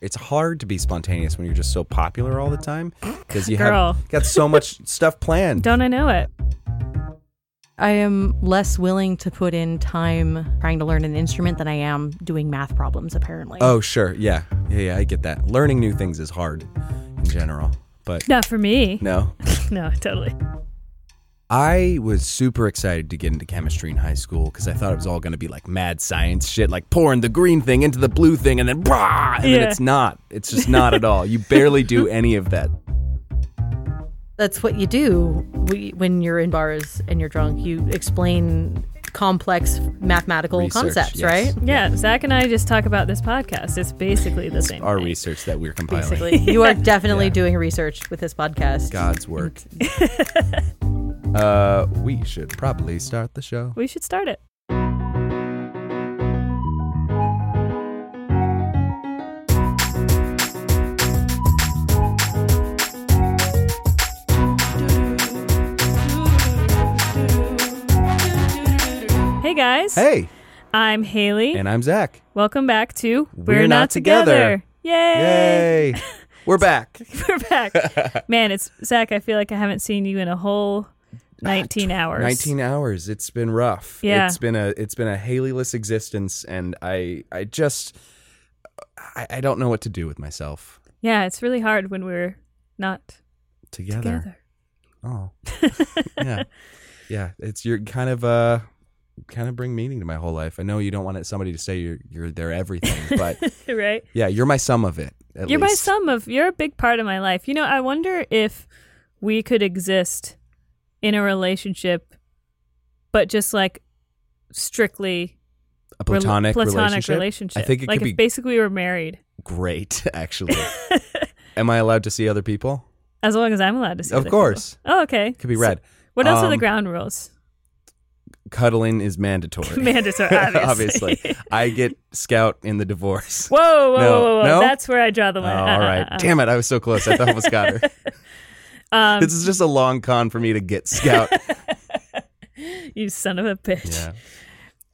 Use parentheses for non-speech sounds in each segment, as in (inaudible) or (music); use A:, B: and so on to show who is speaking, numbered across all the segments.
A: it's hard to be spontaneous when you're just so popular all the time because you
B: Girl.
A: have got so
B: (laughs)
A: much stuff planned.
B: Don't I know it?
C: I am less willing to put in time trying to learn an instrument than I am doing math problems, apparently.
A: Oh, sure. Yeah. Yeah, yeah, I get that. Learning new things is hard in general. But
B: Not for (laughs) me.
A: no.
B: No, totally.
A: I was super excited to get into chemistry in high school because I thought it was all going to be like mad science shit, like pouring the green thing into the blue thing and then brah, and then
B: Yeah.
A: it's not. It's just not at
B: (laughs)
A: all. You barely do any of that.
C: That's what you do we, when you're in bars and you're drunk. You explain complex mathematical
A: Research,
C: concepts,
A: yes.
C: right?
B: Yeah, Zach and I just talk about this podcast. It's basically the same.
A: Our
B: thing.
A: research that we're compiling.
C: Basically, you (laughs) are definitely doing research with this podcast.
A: God's
B: (laughs)
A: work. uh, we should probably start the show.
B: We should start it. Hey guys.
A: Hey,
B: I'm Haley.
A: and I'm Zach.
B: Welcome back to We're,
A: Not Together.
B: Yay!
A: Yay.
B: (laughs)
A: We're back.
B: We're
A: (laughs)
B: back. Man, it's Zach, I feel like I haven't seen you in a whole 19 hours.
A: 19 hours. It's been rough.
B: Yeah.
A: It's been a it's been a Haleyless existence and I I just I, I don't know what to do with myself
B: Yeah, it's really hard when we're not
A: together.
B: together.
A: Oh.
B: (laughs)
A: yeah. Yeah, it's you're kind of uh kind of bring meaning to my whole life. I know you don't want it, somebody to say you're you're their
B: (laughs)
A: everything, but
B: right?
A: yeah, you're my sum of it. at
B: You're my
A: least.
B: sum of you're a big part of my life. You know, I wonder if we could exist in a relationship but just like strictly
A: a
B: rel-
A: platonic,
B: platonic
A: relationship. I think it
B: like
A: could be
B: if basically we were married
A: great (laughs)
B: (laughs)
A: actually. Am I allowed to see other people?
B: as long as I'm allowed to see
A: Of
B: other people.
A: course.
B: Oh, okay.
A: Could be
B: So-
A: red.
B: what else are the
A: Um,
B: ground
A: (laughs)
B: rules?
A: Cuddling is mandatory. (laughs)
B: Mandatory, (laughs) obviously.
A: Obviously. I get scout in the divorce.
B: Whoa, whoa,
A: No,
B: whoa, whoa, whoa.
A: no?
B: That's where I draw the
A: Oh,
B: line.
A: all right. Damn it. I was so close. I almost got her.
B: (laughs) Um,
A: this is just a long con for me to get
B: (laughs)
A: scout.
B: (laughs) you son of a bitch.
A: yeah.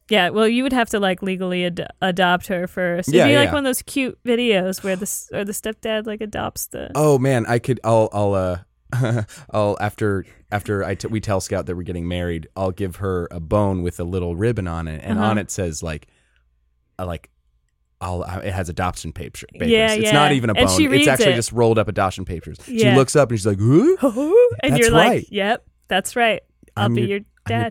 B: Yeah, well, you would have to like legally ad- adopt her first. It'd
A: Yeah,
B: be like
A: yeah.
B: one of those cute videos where the s- or the stepdad like adopts the.
A: Oh, man. I could, I'll, I'll, uh, (laughs) I'll after after I t- we tell Scout that we're getting married, I'll give her a bone with a little ribbon on it, and
B: Uh-huh.
A: on it says like, uh, like, I'll uh, it has adoption papers. papers.
B: Yeah,
A: it's
B: yeah.
A: not even a bone.
B: And she
A: it's
B: reads
A: actually
B: it.
A: just rolled up adoption papers. She
B: Yeah.
A: looks up and she's like, "Huh?
B: (laughs) and
A: Oh, That's
B: you're
A: right.
B: like, "Yep, that's right. I'll
A: I'm
B: be
A: your-
B: your,
A: I'm your
B: (laughs) dad."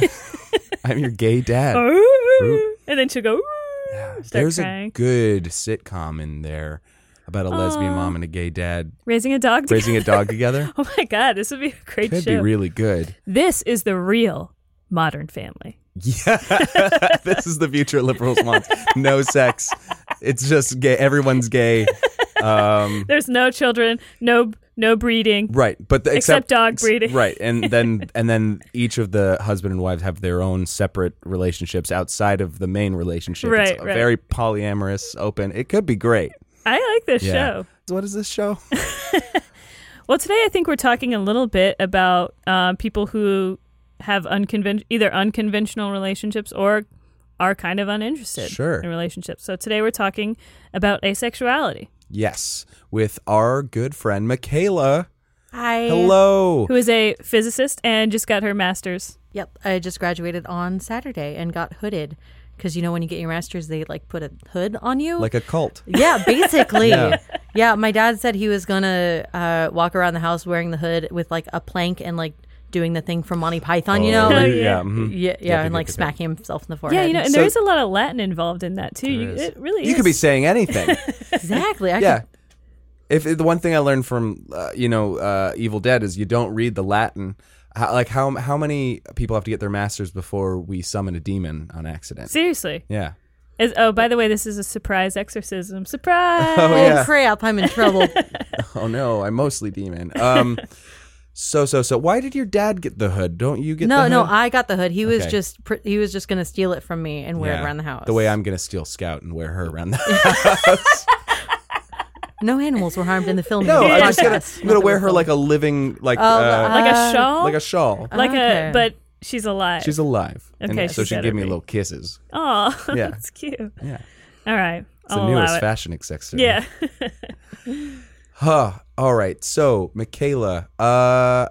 A: dad. (laughs) I'm your gay dad."
B: Oh, and then she'll go. "Ooh," start
A: There's
B: crying.
A: a good sitcom in there about a lesbian
B: Aw.
A: mom and a gay dad
B: raising a dog.
A: raising a dog together.
B: (laughs) oh my god, this would be a great
A: Could be
B: show.
A: really good.
B: this is the real Modern Family.
A: Yeah, this is the future of liberals month. No sex. It's just gay. Everyone's gay. Um,
B: There's no children, no no breeding.
A: right, but the,
B: Except dog breeding.
A: Right, and then and then each of the husband and wives have their own separate relationships outside of the main relationship.
B: Right,
A: it's
B: right.
A: very polyamorous, open. It could be great.
B: I like this
A: Yeah.
B: show.
A: What is this show?
B: Well, today I think we're talking a little bit about uh, people who have unconven- either unconventional relationships or are kind of uninterested
A: Sure.
B: in relationships. So today we're talking about asexuality,
A: Yes, with our good friend Michaela.
C: I,
A: Hello.
B: who is a physicist and just got her master's.
C: Yep, I just graduated on Saturday and got hooded because you know when you get your master's, they like put a hood on you.
A: Like a cult.
C: yeah, basically.
A: (laughs) Yeah.
C: yeah. my dad said he was gonna uh, walk around the house wearing the hood with like a plank and like doing the thing from Monty Python, you know?
A: Oh,
B: Like-
A: yeah. mhm.
C: yeah,
A: Yeah,
C: yeah,
A: they
C: and like
A: did that.
C: smacking himself in the forehead.
B: Yeah, you know, and
A: So-
B: there is a lot of Latin involved in that too. You,
A: There is.
B: it really
A: You
B: is.
A: could be saying anything.
C: exactly.
A: (laughs)
C: I
A: yeah.
C: could-
A: If if the one thing I learned from uh, you know uh, Evil Dead is you don't read the Latin. How, like how how many people have to get their masters before we summon a demon on accident?
B: seriously.
A: Yeah.
B: Is- oh, by the way, this is a surprise exorcism. Surprise!
A: Oh,
C: Oh,
A: yeah.
C: crap! I'm
A: (laughs)
C: in trouble.
A: Oh no, I'm mostly demon. Um. so so so. Why did your dad get the hood? Don't you get
C: no,
A: the
C: no,
A: hood?
C: I got the hood. He was
A: Okay.
C: just pr- he was just gonna steal it from me and wear it around the house.
A: The way I'm gonna steal Scout and wear her around the house.
C: no animals were harmed in the filming.
A: (laughs) No,
C: of the
A: I'm just gonna,
C: podcast.
A: I'm gonna wear her like a living, like uh,
B: Oh, like a
C: Uh,
B: shawl,
A: like a shawl.
B: like
C: Okay.
B: a but she's alive.
A: She's alive,
B: Okay,
A: and so
B: she's
A: she
B: gotta
A: gave me
B: be. (laughs)
A: little kisses.
B: Oh,
A: Yeah.
B: that's cute.
A: Yeah.
B: All right.
A: It's
B: I'll
A: the
B: allow
A: newest
B: it.
A: fashion accessory.
B: Oh, Yeah.
A: (laughs) Huh. All right. So, Michaela, uh,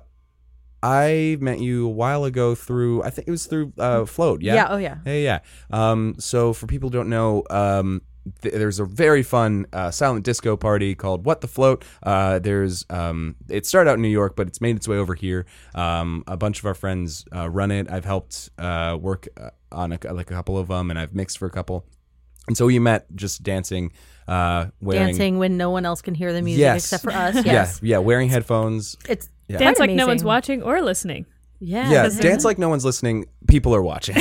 A: I met you a while ago through, I think it was through uh, Float. Yeah.
C: Oh yeah.
A: Yeah, yeah. Um, so for people who don't know, um, th- there's a very fun uh, silent disco party called What the Float. Uh, there's um, it started out in New York, but it's made its way over here. Um, a bunch of our friends uh, run it. I've helped uh, work uh, on a, like a couple of them, and I've mixed for a couple. And so we met just dancing, uh, wearing
C: Dancing when no one else can hear the music
A: Yes.
C: except for us. Yes.
A: (laughs) yeah, yeah, wearing headphones.
C: It's
A: Yeah.
C: quite
B: Dance like no
C: amazing.
B: one's watching or listening.
C: Yeah.
A: Yeah,
C: that's-
A: dance like no one's listening. People are watching.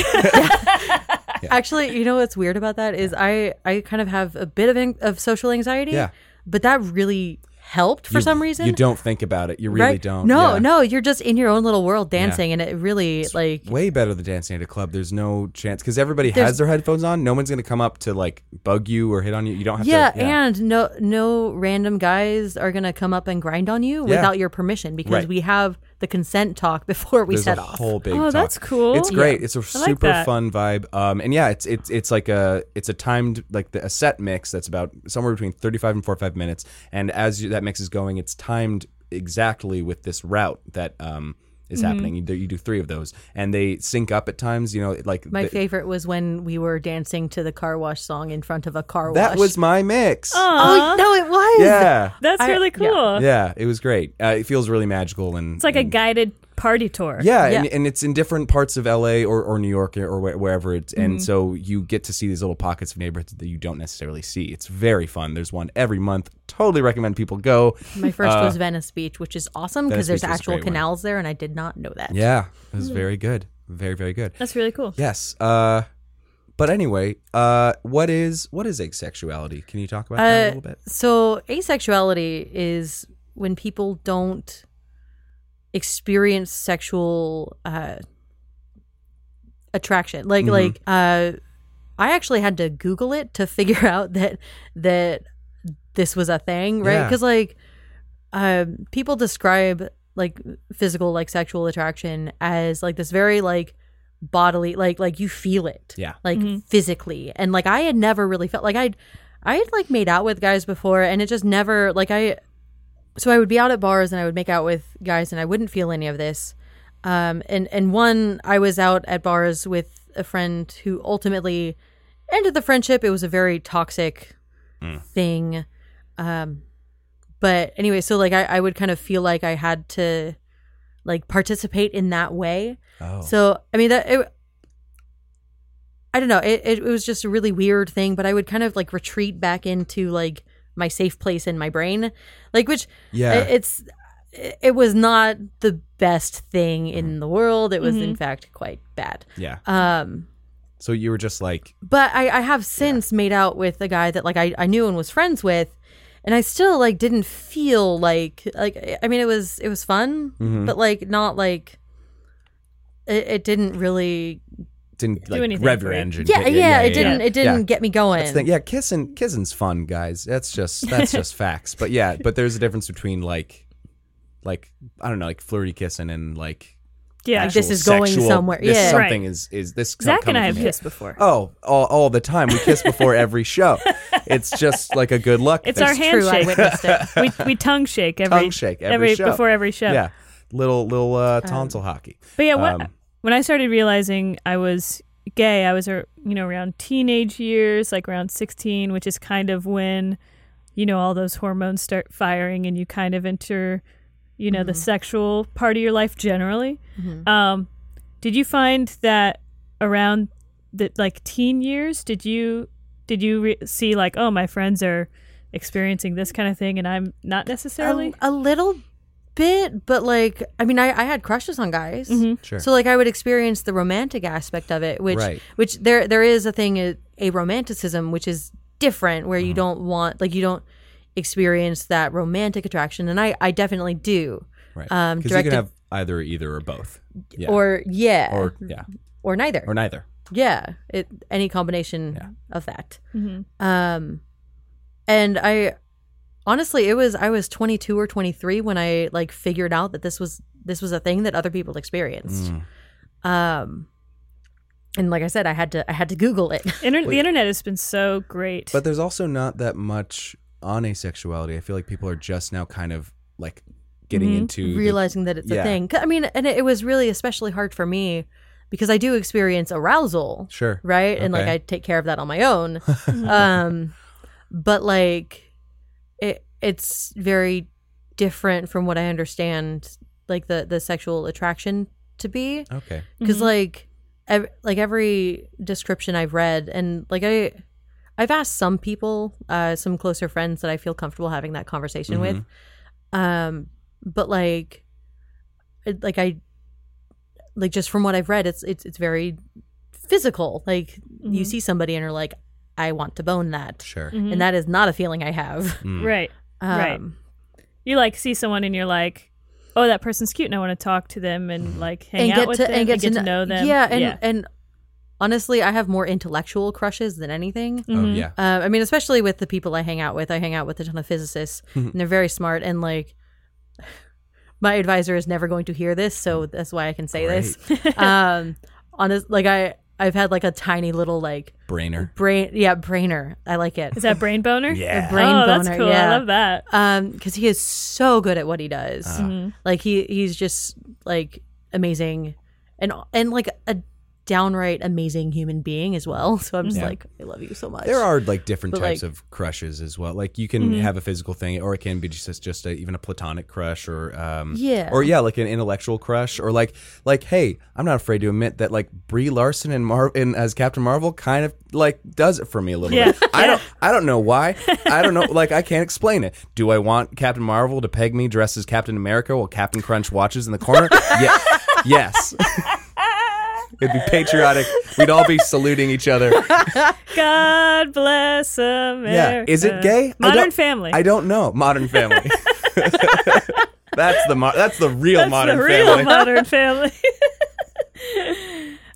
C: Actually, you know what's weird about that is I I kind of have a bit of an, of social anxiety.
A: Yeah.
C: But that really helped (laughs) for
A: You-
C: some reason.
A: you don't think about it. You really
C: right?
A: don't.
C: No,
A: Yeah.
C: no, you're just in your own little world dancing, and it really like
A: way better than dancing at a club. There's no chance because everybody has
C: There's-
A: their headphones on. No one's gonna come up to like bug you or hit on you. You don't have
C: yeah,
A: to.
C: and no no random guys are gonna come up and grind on you
A: Yeah.
C: without your permission because
A: Right.
C: we have the consent talk (laughs) before we
A: There's
C: set
A: a
C: off.
A: whole big.
B: Oh,
A: talk.
B: that's cool.
A: It's
B: Yeah.
A: great. It's a
B: like
A: super
B: that.
A: fun vibe. Um, and yeah, it's it's it's like a it's a timed like the, a set mix that's about somewhere between 35 and 45 minutes. And as you, that mix is going, it's timed exactly with this route that um is
C: Mm-hmm.
A: happening. You do, you do three of those, and they sync up at times. You know, like
C: My
A: the-
C: favorite was when we were dancing to the car wash song in front of a car
A: that
C: wash.
A: was my mix.
C: oh no, it was
A: Yeah.
B: That's
C: I-
B: really
C: yeah.
B: cool.
A: Yeah, it was great. Uh, it feels really magical and
B: It's like a guided party tour.
A: Yeah, And,
C: Yeah.
A: and it's in different parts of LA or, or New York or where, wherever it's.
B: Mm-hmm.
A: And so you get to see these little pockets of neighborhoods that you don't necessarily see. It's very fun. There's one every month. Totally recommend people go.
C: My first was Venice Beach, which is awesome
A: Uh, Venice
C: because there's
A: Beach is a
C: actual
A: great one.
C: canals there, and I did not know that.
A: Yeah, it
B: Mm-hmm.
A: was very good. Very very good.
B: That's really cool.
A: Yes. Uh, but anyway, uh, what is what is asexuality? Can you talk about
B: Uh,
A: that a little bit?
C: So asexuality is when people don't experience sexual uh, attraction.
A: Mm-hmm.
C: Like like uh, I actually had to Google it to (laughs) figure out that that this was a thing, right?
A: Yeah.
C: Because like uh, people describe like physical like sexual attraction as like this very like bodily like like you feel it
A: Yeah.
C: like physically and like i had never really felt like i'd i had like made out with guys before and it just never like i so i would be out at bars and i would make out with guys and i wouldn't feel any of this um and and one i was out at bars with a friend who ultimately ended the friendship it was a very toxic thing um but anyway so like I, I would kind of feel like i had to like participate in that way
A: Oh,
C: so I mean that it, I don't know. It, it it was just a really weird thing, but I would kind of like retreat back into like my safe place in my brain, like which
A: yeah.
B: uh,
C: i- it's it it was not the best thing
A: Mm-hmm.
C: in the world. It was in fact quite bad.
A: yeah.
C: Um,
A: So you were just like,
C: but I, I have since made out with a guy that like I, I knew and was friends with and i still like didn't feel like like i mean it was it was fun
A: Mm-hmm.
C: but like not like it, it didn't really
A: didn't like
B: anything
A: rev
B: for
A: your
B: it.
A: engine.
C: yeah yeah, it
A: yeah.
C: didn't it didn't
A: Yeah.
C: get me going
A: That's the thing. Yeah, kissing kissing's fun, guys. That's just that's just facts. But yeah, but there's a difference between like like I don't know, like flirty kissing and like
B: Yeah.
C: Like, this
A: actual
C: is going
A: sexual-
C: somewhere.
A: This
C: Yeah.
A: something is is this
B: Zach and
A: coming
B: I have
A: from here.
B: kissed before.
A: Oh, all, all the time. We kiss before every show. It's just like a good luck.
B: It's
A: thing.
B: our hand-
C: true i
B: handshake.
C: witnessed
B: (laughs)
C: it
B: (laughs) we, we tongue shake every
A: Tongue shake every show.
B: before every show.
A: Yeah. Little little uh, tonsil hockey.
B: But yeah, what,
A: Um,
B: when I started realizing I was gay, I was ar- you know around teenage years, like around 16, which is kind of when you know all those hormones start firing and you kind of enter you know the sexual part of your life generally. Um, did you find that around the like teen years? Did you did you re- see like oh my friends are experiencing this kind of thing and I'm not necessarily?
C: Um, a, a little bit but like i mean i, I had crushes on guys
A: Sure.
C: so like i would experience the romantic aspect of it which
A: Right.
C: which there there is a thing a, a romanticism which is different where you
A: Mm-hmm.
C: don't want like you don't experience that romantic attraction and i i definitely do
A: Right.
C: um,
A: Because you can
C: directed-
A: have either either or both. Yeah.
C: or yeah
A: or yeah.
C: or neither
A: Or neither.
C: yeah it any combination of that
B: Mm-hmm.
C: um and i honestly it was i was 22 or 23 when i like figured
A: Mm.
C: out that this was this was a thing that other people experienced um and like I said, I had to I had to Google it. (laughs)
B: Inter- the internet has been so great.
A: But there's also not that much on asexuality. I feel like people are just now kind of like getting
B: Mhm.
A: into the-
C: realizing that it's
A: yeah.
C: a thing. 'Cause, I mean, and it, it was really especially hard for me because I do experience arousal,
A: sure.
C: right? And like
A: Okay.
C: I take care of that on my own. um, but like it, it's very different from what I understand, like the the sexual attraction to be,
A: Okay.
C: because
B: Mhm.
C: like ev- like every description I've read, and like I. I've asked some people, uh, some closer friends that I feel comfortable having that conversation with,
A: Mhm.
C: um but like it- like i like just from what i've read it's it's it's very physical like you
B: Mhm.
C: see somebody and are like i want to bone that
A: Sure.
B: Mhm.
C: and that is not a feeling i have
A: Mm.
B: right.
C: um
B: Right. You like see someone and you're like, oh, that person's cute, and I want to talk to them
A: Mm.
B: and like hang out with them and get, to
C: kn-
B: know them.
C: yeah and and honestly i have more intellectual crushes than anything
A: Oh
B: Mhm.
A: yeah.
C: Uh, I mean, especially with the people I hang out with. I hang out with a ton of
B: (laughs)
C: physicists, and they're very smart. And like, (sighs) my advisor is never going to hear this, so that's why I can
B: (laughs)
C: say this. um, on this, like I, I've had like a tiny little like
A: Brainer.
C: brain, yeah, brainer. I like it.
B: Is that brain boner?
A: Yeah.
C: (laughs) brain
B: oh, that's
C: boner,
B: cool.
C: yeah.
B: I love that.
C: Um, because he is so good at what he does.
A: Ah.
B: Mhm.
C: Like he, he's just like amazing, and and like a downright amazing human being as well. (laughs) So I'm just
A: Yeah.
C: like, I love you so much.
A: There are like different
C: But,
A: types
C: like- Mm-hmm.
A: of crushes as well. Like you can
B: Mhm.
A: have a physical thing, or it can be just just a, even a platonic crush, or um,
C: Yeah.
A: or yeah, like an intellectual crush, or like like hey, I'm not afraid to admit that like Brie Larson and Mar in, as Captain Marvel kind of like does it for me a little
B: Yeah.
A: bit. I don't I don't know why. I don't know.
C: (laughs)
A: Like I can't explain it. Do I want Captain Marvel to peg me dressed as Captain America while Captain Crunch watches in the corner?
C: (laughs)
A: yeah. Yes. (laughs) It'd be patriotic. We'd all be saluting each other.
B: God bless America.
A: Yeah. Is it gay? I
B: Modern
A: don't-
B: Family.
A: I don't know. Modern
B: (laughs)
A: Family. (laughs) that's the mo- that's the real
B: That's
A: Modern
B: the real
A: Family.
C: (laughs)
B: Modern Family. (laughs)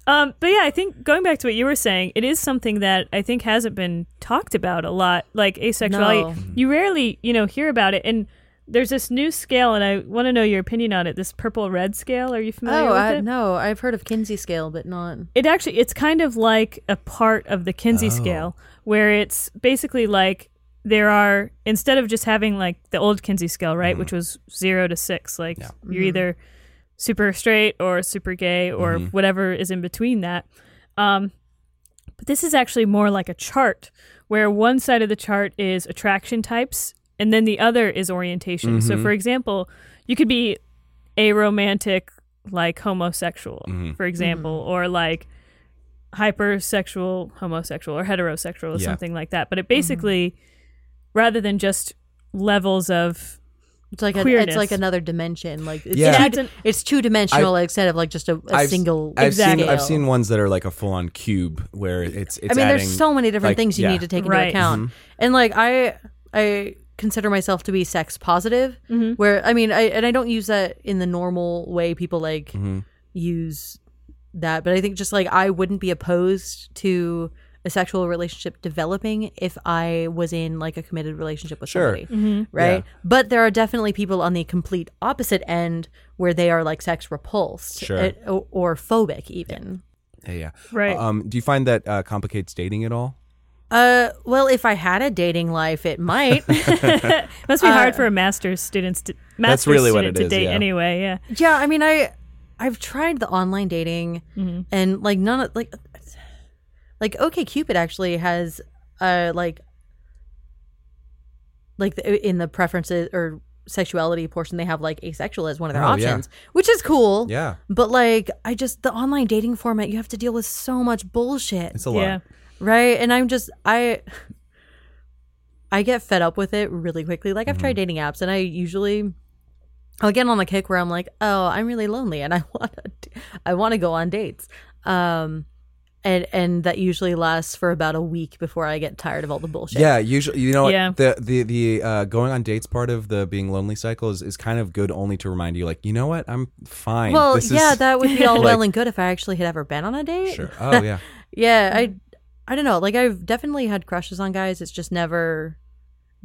B: um, but yeah, I think going back to what you were saying, it is something that I think hasn't been talked about a lot. Like asexuality,
C: No.
B: you rarely you know hear about it. And there's this new scale, and I want to know your opinion on it. This purple red scale. Are you familiar
C: Oh
B: with
C: I,
B: it?
C: no, I've heard of Kinsey scale, but not.
B: it actually it's kind of like a part of the Kinsey scale where it's basically like there are instead of just having like the old Kinsey scale, right, which was 0 to 6, like you're either super straight or super gay or whatever is in between that. Um but this is actually more like a chart where one side of the chart is attraction types and then the other is orientation. So for example, you could be aromantic like homosexual,
A: Mm-hmm.
B: for example,
C: Mm-hmm.
B: or like hypersexual homosexual or heterosexual or
A: Yeah.
B: something like that. But it basically
C: Mm-hmm.
B: rather than just levels of
C: It's like a,
B: Queerness.
C: it's like another dimension. Like it's
A: Yeah.
C: two,
B: Yeah, it's
C: it's two dimensional instead of like just a, a
A: I've-
C: single.
A: I've
B: Exactly.
A: seen I've seen ones that are like a full on cube where it's it's
C: I mean,
A: adding-
C: there's so many
A: like,
C: different things you
A: yeah. Mm-hmm.
C: need to take
B: Right.
C: into account, and like I I consider myself to be sex positive. Where I mean, I and I don't use that in the normal way people like
A: Mhm.
C: use that, but I think just like I wouldn't be opposed to a sexual relationship developing if I was in like a committed relationship with
A: Sure.
C: somebody. right?
A: Yeah.
C: But there are definitely people on the complete opposite end where they are like sex repulsed
A: Sure.
C: eh, or, or phobic even.
A: Yeah, yeah.
B: Right.
A: Um, do you find that uh, complicates dating at all?
C: Uh, well, if I had a dating life, it
A: (laughs)
C: might.
B: (laughs) must be
C: Uh,
B: hard for a master's students to master's
A: really what
B: student
A: it
B: to
A: is,
B: date
A: yeah.
B: anyway, yeah.
C: yeah, I mean, I I've tried the online dating
A: Mm-hmm.
C: and like none of like like OK Cupid actually has uh like like the, in the preferences or sexuality portion they have like asexual as one of their
A: Oh, yeah.
C: options, which is cool.
A: Yeah,
C: But like, I just the online dating format, you have to deal with so much bullshit,
A: it's a lot.
B: Yeah.
C: (laughs) right? And I'm just I I get fed up with it really quickly. Like I've tried
A: Mm-hmm.
C: dating apps, and I usually I'll get on the kick where I'm like, oh, I'm really lonely, and I (laughs) want to I want to go on dates. Um, and and that usually lasts for about a week before I get tired of all the bullshit.
A: Yeah, usually you know what,
B: Yeah.
A: the the the uh, going on dates part of the being lonely cycle is, is kind of good only to remind you like you know what I'm fine.
C: Well,
A: This is-
C: yeah,
A: (laughs)
C: that would be all
A: Like-
C: well and good if I actually had ever been on a date.
A: sure. Mm-hmm. Oh
C: (laughs)
A: yeah,
C: Yeah, I I don't know. Like I've definitely had crushes on guys. It's just never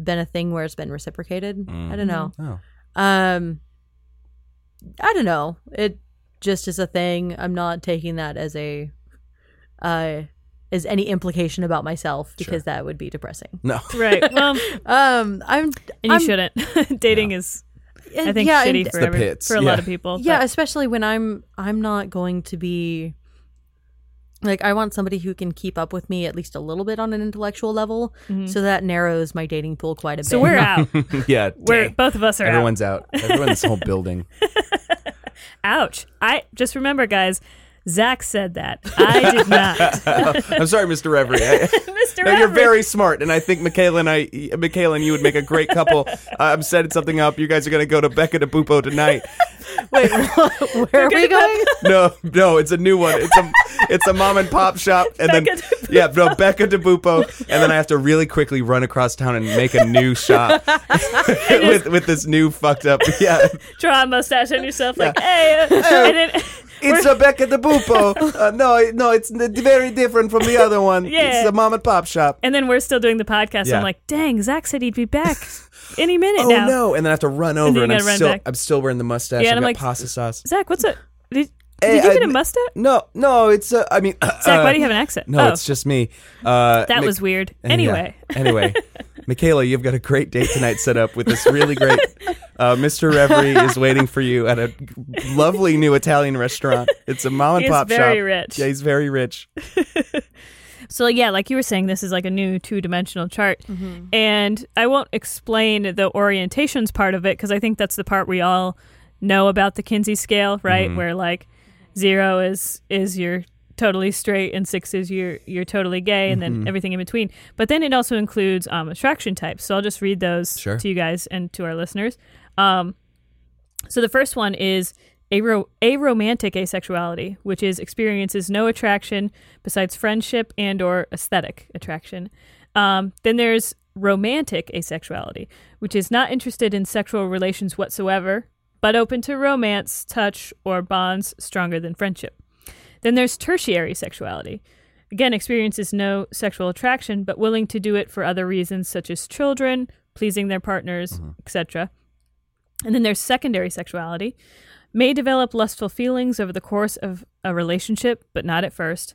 C: been a thing where it's been reciprocated.
A: Mm.
C: I don't know.
A: oh
C: Um I don't know. It just is a thing. I'm not taking that as a uh, as any implication about myself because that would be depressing.
A: No. (laughs)
B: right. (laughs) Well,
C: Um, I'm
B: and you
C: I'm-
B: shouldn't. (laughs) Dating is, I think,
C: yeah,
B: shitty
C: and-
B: for
A: the
B: every,
A: pits,
B: for a
A: yeah.
B: lot of people.
C: yeah,
B: but-
C: especially when I'm I'm not going to be like I want somebody who can keep up with me at least a little bit on an intellectual level, so that narrows my dating pool quite a bit.
A: (laughs)
B: Mm-hmm. so we're out.
A: yeah.
B: We're
A: dang.
B: both of us are out.
A: Everyone's out. Everyone in this whole building.
B: Ouch. I just remember, guys. Zach said that. I did
A: (laughs)
B: not.
A: I'm sorry, Mr. Reverie. I-
B: (laughs) Mr.
A: No, you're
B: Everett.
A: very smart, and I think Michaela and I, Michaela and you would make a great couple. I'm setting something up. You guys are gonna go to Becca de Bupo tonight.
C: Wait, (laughs)
B: (laughs)
C: where are we going?
A: No, no, it's a new one. It's a, it's a mom and pop shop, and
B: Becca
A: then yeah, no, Becca de Bupo, and then I have to really quickly run across town and make a new
B: (laughs)
A: shop with with this new fucked up. Yeah,
B: Draw a mustache on yourself, like, hey.
A: (laughs)
B: uh, and then, (laughs)
A: it's a Becca de Bupo. Uh, no, it- no, it's n- very different from the other one.
B: Yeah.
A: It's a mom and pop shop.
B: and then we're still doing the podcast.
A: Yeah.
B: I'm like, dang, Zach said he'd
A: (laughs)
B: be back any minute
A: Oh
B: now.
A: no! And then I have to run over,
B: you
A: and, I'm
B: gotta run
A: still
B: back.
A: I'm still wearing the mustache.
B: Yeah,
A: I've
B: and I'm
A: got
B: like-
A: pasta sauce.
B: Zach, what's up? Did,
A: Hey,
B: did you
A: I-
B: get a mustache?
A: No, no, it's uh, I mean,
B: Zach,
A: uh,
B: why do you have an
A: (laughs)
B: accent?
A: No,
B: oh,
A: it's just me. Uh,
B: that
A: Mi-
B: was weird.
A: yeah.
B: Anyway, (laughs)
A: anyway, Michaela, you've got a great date tonight set up with this really great. Uh, Mr. Reverie is waiting for you at a lovely new Italian restaurant. It's a mom and
B: He's
A: pop
B: very
A: shop.
B: rich.
A: Yeah, he's very rich.
B: so yeah, like you were saying, this is like a new two dimensional chart, and I won't explain the orientations part of it because I think that's the part we all know about the Kinsey scale, right? Where like zero is is your totally straight and six is your you're totally gay and then everything in between but then it also includes um, attraction types so i'll just read those
A: Sure.
B: to you guys and to our listeners um, so the first one is aro- aromantic asexuality which is experiences no attraction besides friendship and or aesthetic attraction um, then there's romantic asexuality which is not interested in sexual relations whatsoever but open to romance touch or bonds stronger than friendship then there's tertiary sexuality. Again, experiences no sexual attraction, but willing to do it for other reasons such as children, pleasing their partners, etc. And then there's secondary sexuality. May develop lustful feelings over the course of a relationship, but not at 1st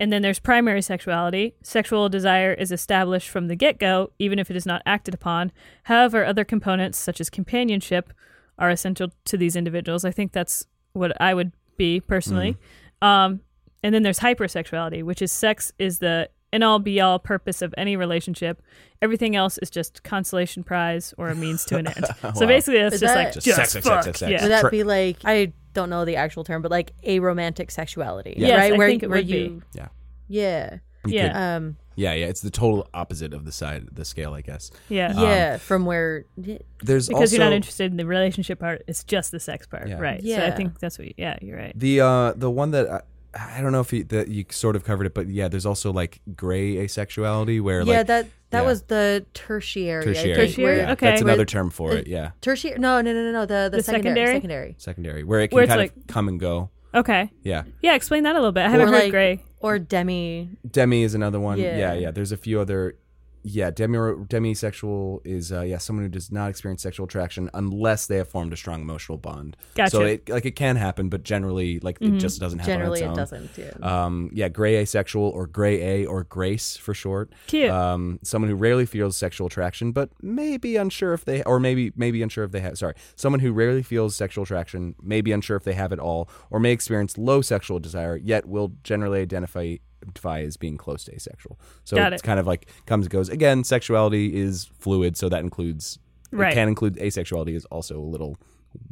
B: And then there's primary sexuality. Sexual desire is established from the get go, even if it is not acted upon. However, other components, such as companionship, are essential to these individuals. I think that's what I would be personally.
A: Mm.
B: Um, and then there's hypersexuality, which is sex is the in all be all purpose of any relationship. Everything else is just consolation prize or a means to
A: (laughs)
B: an end. So basically, that's
C: Is
B: just
C: that-
B: like just,
A: Just sex, sex,
B: fuck.
A: sex, sex, sex.
B: Yeah.
C: Would that
A: Tra-
C: be like I don't know the actual term, but like aromantic sexuality,
B: Yeah. Yes,
C: right?
B: I
C: where
B: think it
C: where
B: would be.
C: you,
A: Yeah.
C: yeah,
B: Yeah.
C: um,
A: Yeah, yeah. It's the total opposite of the side the scale, I guess.
B: yeah.
A: Um,
C: yeah, from where, yeah,
A: There's
B: Because you're not
A: also-
B: interested in the relationship part, it's just the sex part,
A: Yeah.
B: right? So I
C: Yeah.
B: think that's what. You, yeah, you're right.
A: The uh the one that I, I don't know if you, that you sort of covered it, but yeah, there's also like gray asexuality where like
C: that that
A: yeah.
C: was the tertiary,
A: tertiary.
C: I think,
B: Tertiary,
C: where-
B: yeah. okay.
A: That's
B: Where-
A: another term for it. Yeah,
C: tertiary. No, no, no, no, no. The the,
B: The
C: secondary,
B: secondary?
C: secondary,
A: secondary where it can
B: Where it's
A: kind of
B: like-
A: come and go.
B: Okay.
A: Yeah,
B: Yeah, explain that a little bit. I haven't heard Gray.
C: or demi.
A: demi is another one. Yeah, yeah.
C: Yeah.
A: There's a few other. Yeah, demi demisexual is uh, yeah someone who does not experience sexual attraction unless they have formed a strong emotional bond. So
B: Gotcha. Mm-hmm.
A: it like it can happen, but generally like it just doesn't happen.
C: Generally,
A: on
C: it
A: its own.
C: doesn't. Yeah.
A: Um, yeah, gray asexual or gray A or grace for short.
B: Cute.
A: Um, someone who rarely feels sexual attraction, but maybe unsure if they, or maybe maybe unsure if they have. Sorry, someone who rarely feels sexual attraction, maybe unsure if they have it all, or may experience low sexual desire, yet will generally identify identify as being close to asexual. So
B: Got
A: it's
B: it.
A: kind of like comes and goes. Again, sexuality is fluid, so that includes
B: Right.
A: It can include asexuality is also a little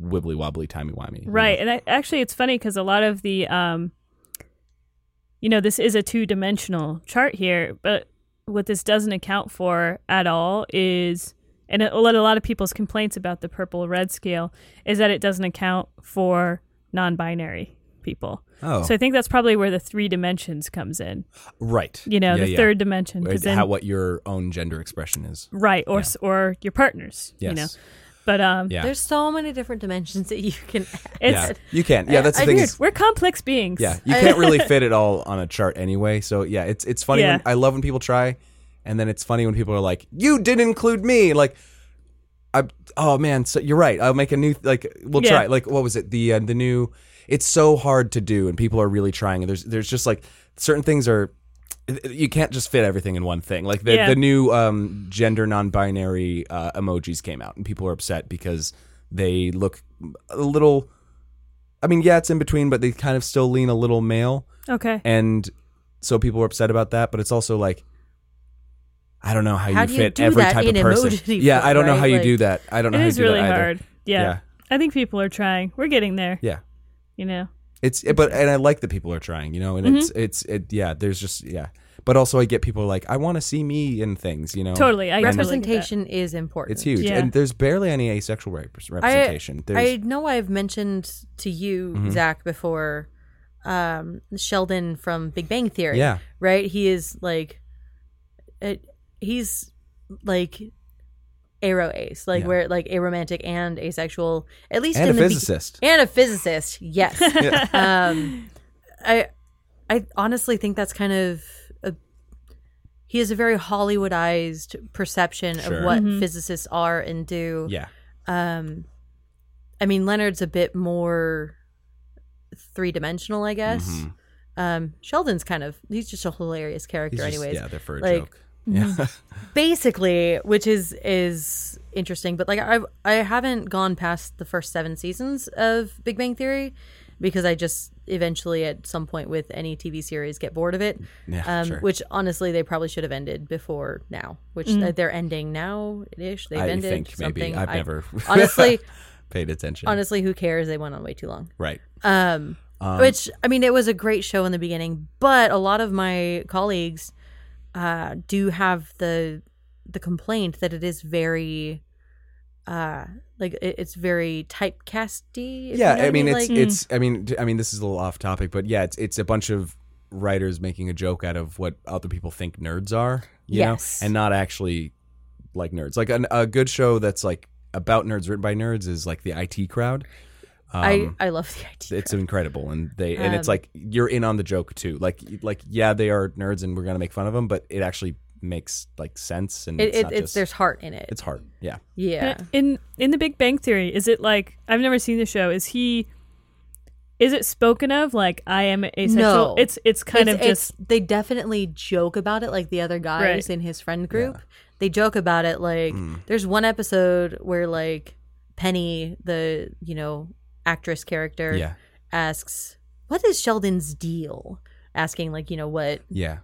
A: wibbly wobbly timey wimey.
B: Right. And I, actually, it's funny because a lot of the, um, you know, this is a two dimensional chart here, but what this doesn't account for at all is, and it, what a lot of people's complaints about the purple red scale is that it doesn't account for non binary people.
A: Oh.
B: So I think that's probably where the three dimensions comes in,
A: Right.
B: you know,
A: Yeah,
B: the
A: yeah.
B: third dimension. 'cause
A: Right,
B: then-
A: how what your own gender expression is.
B: right. Or, s or your partners,
A: Yes.
B: you know. But um,
A: Yeah.
C: There's so many different dimensions that you
B: (laughs)
C: can.
B: it's
A: yeah. You can. Yeah, that's the
C: I
A: thing.
C: did.
A: is-
B: we're complex beings.
A: yeah, you can't
B: (laughs)
A: really fit it all on a chart anyway. So yeah, it's it's funny.
B: Yeah.
A: When, I love when people try, and then it's funny when people are like, "You didn't include me." Like, I oh man, so you're right. I'll make a new like we'll
B: Yeah.
A: try. Like what was it? The uh, the new. it's so hard to do, and people are really trying. And there's there's just like certain things are you can't just fit everything in one thing. Like the
B: Yeah.
A: the new um, gender non-binary uh, emojis came out, and people are upset because they look a little. I mean, yeah, it's in between, but they kind of still lean a little male
B: Okay.
A: and so people are upset about that. But it's also like, I don't know how,
C: How
A: you
C: do you
A: fit
C: do
A: every
C: that
A: type
C: in
A: of person.
C: emoji
A: yeah,
C: form,
A: I don't know
C: right?
A: how you do
C: Like-
A: that. I don't know
B: It
A: how
B: is
A: you do
B: really
A: that either.
B: hard. Yeah.
A: Yeah.
B: I think people are trying. We're getting there.
A: Yeah.
B: You know.
A: It's but and I like that people are trying, you know, and it's
C: Mm-hmm.
A: it's it, yeah. There's just yeah, but also I get people like I want to see me in things, you know.
B: Totally. I totally get that.
C: Representation is important.
A: It's huge,
B: Yeah.
A: and there's barely any asexual rep- representation. there's Mm-hmm.
C: I know I've mentioned to you, Zach, before um, Sheldon from Big Bang Theory.
A: Yeah.
C: Right? He is like, it, he's like aero ace, like
A: Yeah.
C: where like aromantic and asexual, at least
A: and a
C: in the be-
A: physicist.
C: (laughs) and a
A: (laughs)
C: physicist. Yes. um, I, I honestly think that's kind of a, he has a very Hollywoodized perception
A: Sure.
C: of what physicists are and do.
A: yeah,
C: Um, I mean, Leonard's a bit more three dimensional, I guess.
A: Mhm.
C: Um, Sheldon's kind of he's just a hilarious character,
A: He's just-
C: anyways.
A: yeah, they're for a
C: like-
A: joke. Yeah,
C: Basically, which is is interesting, but like I I haven't gone past the first seven seasons of Big Bang Theory because I just eventually at some point with any TV series get bored of it.
A: yeah,
C: Um,
A: sure.
C: Which honestly they probably should have ended before now, which they're ending now ish. (laughs) They've
A: I
C: ended
A: think maybe
C: something.
A: I've
C: I-
A: never (laughs)
C: honestly
A: paid attention.
C: honestly who cares? They went on way too long.
A: right.
C: Um, which I mean, it was a great show in the beginning, but a lot of my colleagues uh, do have the the complaint that it is very, uh, like it, it's very typecasty. if you
A: yeah
C: know what
A: i mean
C: like, mm.
A: it's it's i mean t- i mean this is a little off topic but yeah it's it's a bunch of writers making a joke out of what other people think nerds are you
C: Yes.
A: know and not actually like nerds like an, a good show that's like about nerds written by nerds is like the it crowd um,
C: I I love the idea.
A: it's incredible and they and
C: Um,
A: it's like you're in on the joke too like like yeah they are nerds and we're gonna make fun of them but it actually makes like sense and
C: It,
A: it's
C: it,
A: not
C: it's
A: just
C: there's heart in it.
A: it's hard yeah
C: yeah.
B: In in the Big Bang Theory, is it like I've never seen the show? Is he? Is it spoken of like I am asexual?
C: No.
B: It's it's kind
C: It's-
B: of
C: it's-
B: just
C: they definitely joke about it, like the other guys
B: Right.
C: in his friend group. They joke about it, like
A: Mm.
C: there's one episode where like Penny, the you know actress character,
A: yeah
C: asks, "What is Sheldon's deal?" Asking like you know what
A: yeah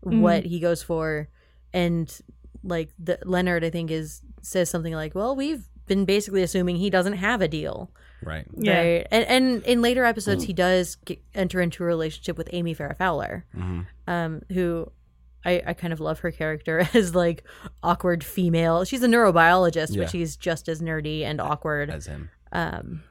C: what he goes for, and like the Leonard, I think is says something like, "Well, we've been basically assuming he doesn't have a deal."
A: right
B: Yeah.
C: Right. And, and in later
A: Mm.
C: episodes, he does get, enter into a relationship with Amy Farrah Fowler,
A: Mm-hmm.
C: um, who I, I kind of love her character (laughs) as like awkward female. She's a neurobiologist,
A: Yeah.
C: but she's just as nerdy and awkward.
A: as him
C: um,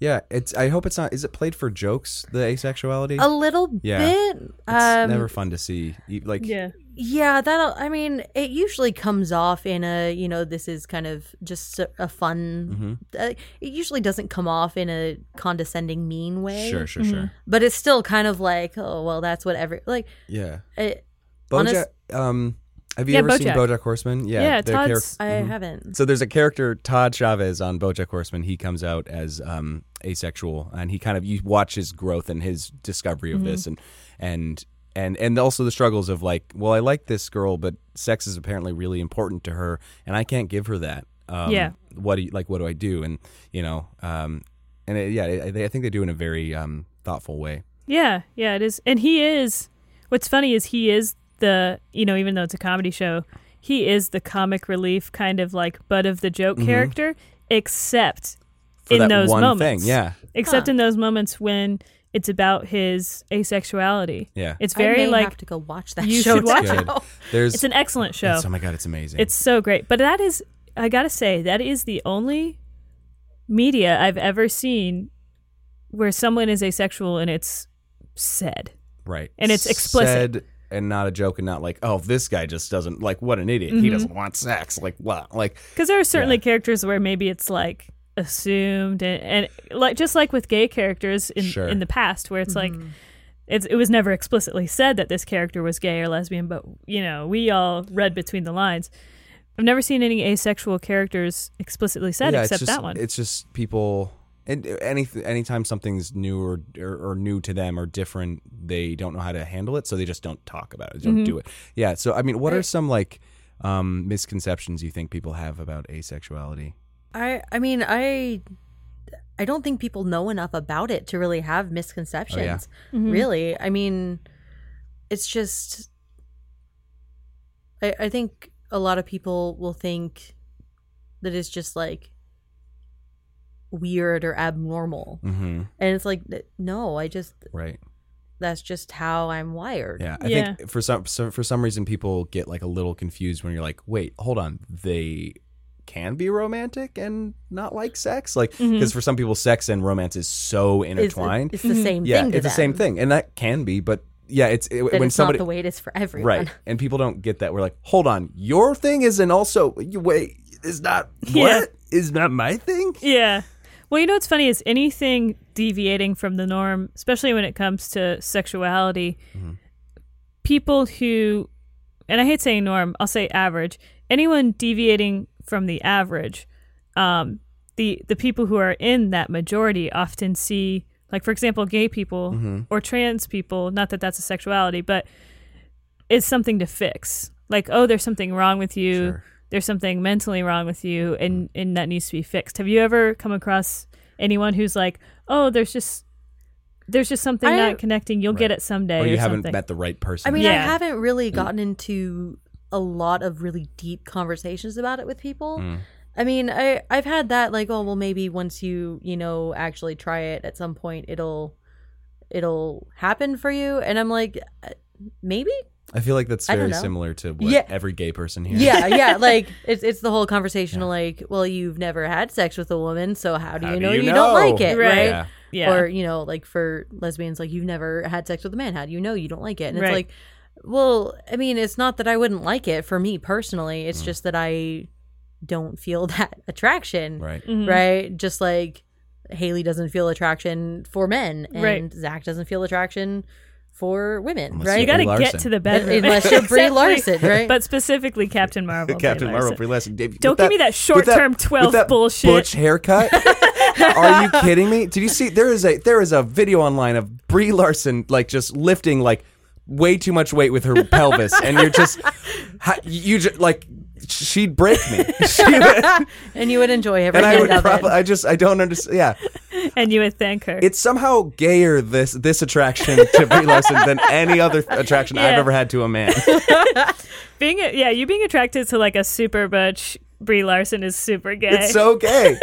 A: Yeah, it's. I hope it's not. Is it played for jokes? The asexuality.
C: a little
A: Yeah.
C: bit.
A: it's
C: um,
A: never fun to see. You- Like,
B: yeah.
C: Yeah, that I mean, it usually comes off in a you know this is kind of just a, a
A: Mm-hmm.
C: fun. Uh, it usually doesn't come off in a condescending, mean way. Mm-hmm.
A: sure, sure, sure.
C: But it's still kind of like, oh well, that's what every like.
A: Yeah,
C: It,
A: BoJack.
C: Honest-
A: Um, have you
B: Yeah,
A: ever seen
B: BoJack.
A: BoJack Horseman? Yeah,
B: Yeah,
A: the
B: Todd's-
A: charac- mm-hmm.
C: I haven't.
A: so there's a character Todd Chavez on BoJack Horseman. He comes out as um, asexual, and he kind of you watch his growth and his discovery
B: Mm-hmm.
A: of this, and and and and also the struggles of like, well, I like this girl, but sex is apparently really important to her, and I can't give her that. Um,
B: Yeah.
A: What do you, like? What do I do? And you know, um, and it, yeah, I, I think they do it in a very um, thoughtful way.
B: Yeah, yeah, it is. And he is what's funny is he is the you know, even though it's a comedy show, he is the comic relief kind of like butt of the joke
A: Mm-hmm.
B: character, except
A: For
B: in
A: that
B: those
A: one
B: moments.
A: thing, yeah,
B: Except in those moments when it's about his asexuality.
A: Yeah.
B: It's
C: I
B: very
C: may
B: like
C: have to go watch that
B: you
C: show.
B: should watch
A: good.
B: it.
A: There's
B: It's an excellent show.
A: oh my god, it's amazing.
B: It's so great. But that is, I gotta say, that is the only media I've ever seen where someone is asexual and it's said.
A: right
B: and it's explicit.
A: Said and not a joke, and not like oh this guy just doesn't like what an idiot
B: Mm-hmm.
A: he doesn't want sex like what like
B: Because there are certainly
A: Yeah.
B: characters where maybe it's like assumed, and, and like just like with gay characters in
A: Sure.
B: in the past, where it's like. It's, it was never explicitly said that this character was gay or lesbian, but you know we all read between the lines. I've never seen any asexual characters explicitly said
A: yeah, it's
B: except
A: just,
B: that one.
A: It's just people. and and any anytime something's new or, or or new to them or different, they don't know how to handle it, so they just don't talk about it, don't
B: Mm-hmm.
A: do it. Yeah. So I mean, what are
C: Right.
A: some like um, misconceptions you think people have about asexuality?
C: (laughs) I I mean I I don't think people know enough about it to really have
A: Oh,
C: misconceptions.
A: Hmm.
B: Mhm.
C: Really, I mean, it's just I I think a lot of people will think that it's just like weird or abnormal,
A: Mm-hmm.
C: and it's like th- no, I just
A: Right.
C: that's just how I'm wired.
A: Yeah, I
B: Yeah.
A: think for some so for some reason people get like a little confused when you're like, wait, hold on, they can be romantic and not like sex, like because
B: Mhm.
A: for some people, sex and romance is so
C: It's,
A: intertwined.
C: it's Mm-hmm. the same
A: yeah,
C: thing.
A: it's
C: to
A: the same
C: them,
A: thing, and that can be, but yeah, it's it,
C: That
A: when
C: it's
A: somebody
C: not the way it is for everyone.
A: right, and people don't get that. We're like, hold on, your thing isn't also you- wait, is
C: (laughs)
A: not
B: Yeah.
A: what is not my thing.
B: Yeah. Well, you know what's funny is anything deviating from the norm, especially when it comes to sexuality, people who, and I hate saying norm, I'll say average, anyone deviating from the average, um, the, the people who are in that majority often see, like, for example, gay people
A: Mm-hmm.
B: or trans people, not that that's a sexuality, but it's something to fix. Like, oh, there's something wrong with you
A: Sure. Mm-hmm.
B: there's something mentally wrong with you and and that needs to be fixed. Have you ever come across anyone who's like, "Oh, there's just there's just something
C: I-
B: not connecting. You'll get
A: Right.
B: it someday
A: Or you haven't
B: something."
A: met the right person.
C: I mean, I
B: Yeah.
C: haven't
A: Mm.
C: really gotten into a lot of really deep conversations about it with people.
A: Mm.
C: I mean, I I've had that like, oh well, maybe once you you know actually try it at some point, it'll it'll happen for you. And I'm like, uh, maybe,
A: I feel like that's
C: I don't
A: very
C: know.
A: similar to what
C: Yeah.
A: every gay person here.
C: yeah, (laughs) yeah. Like it's it's the whole conversation of like, well, you've never had sex with a woman, so how do
A: How
C: you know you, don't
A: know?
C: like it,
B: Right.
C: right?
A: Yeah.
B: yeah.
C: Or, you know, like for lesbians, like you've never had sex with a man. How do you know you don't like it? And
B: Right.
C: it's like, well, I mean, it's not that I wouldn't like it for me personally. It's just that I don't feel (laughs) that attraction.
A: Right.
B: Mhm.
C: Right? Just like Haley doesn't feel attraction for men and
B: Right.
C: Zach doesn't feel attraction for women.
A: Unless
B: You
C: right?
B: got to
A: Brie
B: get
A: Larson.
B: to the bedroom.
C: Unless
B: (laughs)
C: you're Brie
B: Exactly.
C: Larson, right?
B: But specifically
A: (laughs)
B: Captain Marvel. Brie
A: Captain Marvel
B: Larson.
A: free lesson. Dave,
B: Don't
A: with
B: give me that short-term
A: with
B: 12
A: with that
B: bullshit.
A: Butch
B: (laughs)
A: haircut. Are you kidding me? Did you see there is a there is a video online of Brie Larson like just lifting like way too much weight with her pelvis, and you're just (laughs) ha- you just like she'd break
B: (laughs)
A: me, she would,
C: and you would enjoy every
A: and I
C: minute
A: would
C: of it.
A: probably I just I don't understand. Yeah,
B: And you would thank her.
A: it's somehow gayer this this attraction to Brie Larson than any other attraction I've
B: Yeah.
A: ever had to a man.
B: being a, yeah, you being attracted to like a super butch Brie Larson is super gay.
A: It's so
B: (laughs)
A: gay.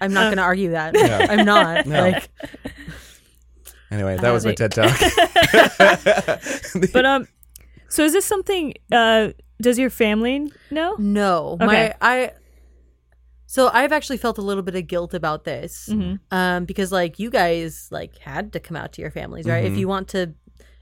C: I'm not going to argue that. (laughs) I'm not. Like,
A: Anyway, that was my TED talk.
B: (laughs) but um so is this something uh does your family know?
C: No,
B: Okay.
C: my I. So I've actually felt a little bit of guilt about this,
B: Mm-hmm.
C: um, because like you guys like had to come out to your families, right?
A: Mm-hmm.
C: If you want to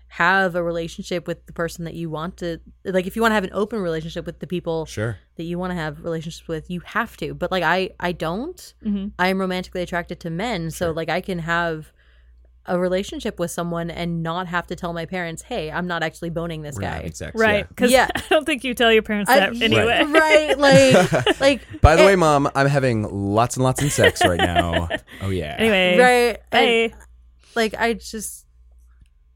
C: have a relationship with the person that you want to, like, if you want to have an open relationship with the people
A: Sure.
C: that you want to have relationships with, you have to. But like I, I don't. I am romantically attracted to men, so like I can have a relationship with someone and not have to tell my parents, "Hey, I'm not actually boning this guy."
A: Exactly.
B: Right. Cuz
C: Yeah.
B: (laughs) I don't think you tell your parents
C: (laughs) I-
B: that anyway.
C: (laughs) right?
A: (laughs)
C: Like, like.
A: By the
C: it-
A: way, mom, I'm having lots and lots of sex right now. Oh yeah.
B: Anyway.
C: right and,
B: Hey.
C: like i just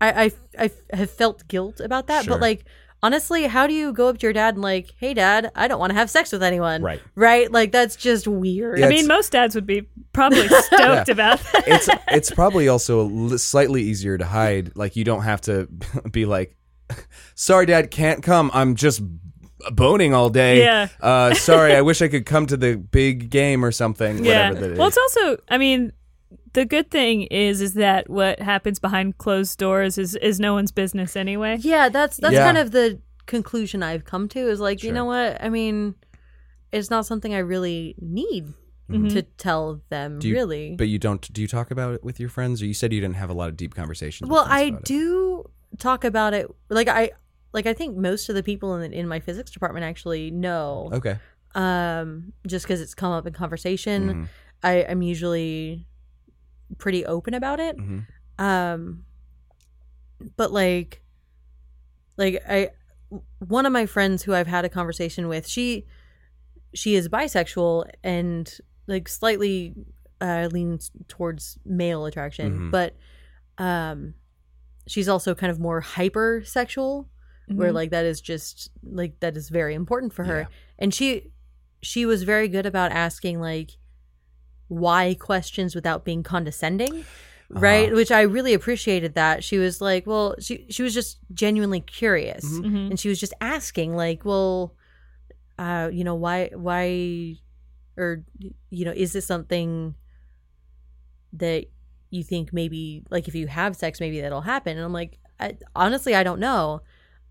C: I, I i have felt guilt about that
A: Sure.
C: but like honestly how do you go up to your dad and like hey dad i don't want to have sex with anyone
A: Right.
C: right like that's just weird
A: Yeah,
B: I mean, most dads would be probably stoked about that.
A: It's it's probably also a li- slightly easier to hide. Like you don't have to (laughs) be like, sorry, dad, can't come. I'm just boning all day.
B: Yeah.
A: Uh, sorry, I wish I could come to the big game or something.
B: yeah.
A: Whatever that is.
B: Well, it's also, I mean, the good thing is, is that what happens behind closed doors is is no one's business anyway.
C: yeah that's that's
A: Yeah.
C: kind of the conclusion i've come to is like
A: Sure.
C: you know what i mean it's not something i really need
B: Mm-hmm.
C: to tell them
A: Do you-
C: really
A: but you don't. Do you talk about it with your friends? Or you said you didn't have a lot of deep conversations. with
C: well
A: friends
C: i
A: about it.
C: do talk about it like i like i think most of the people in, in my physics department actually know
A: Okay.
C: um just because it's come up in conversation
A: Mhm.
C: i i'm usually pretty open about it
A: Mhm.
C: um but like like i one of my friends who i've had a conversation with she she is bisexual and like slightly uh, leans towards male
A: Mhm.
C: attraction, but um, she's also kind of more hypersexual,
A: Mm-hmm.
C: where
B: Mm-hmm.
C: like that is just like that is very important for her.
A: Yeah.
C: And she she was very good about asking like why questions without being condescending. Right,
A: Uh-huh.
C: which I really appreciated that. She was like, well, she she was just genuinely curious
A: Mhm.
B: Mhm.
C: and she was just asking like well uh you know why why or you know is this something that you think maybe like if you have sex maybe that'll happen and i'm like I, honestly i don't know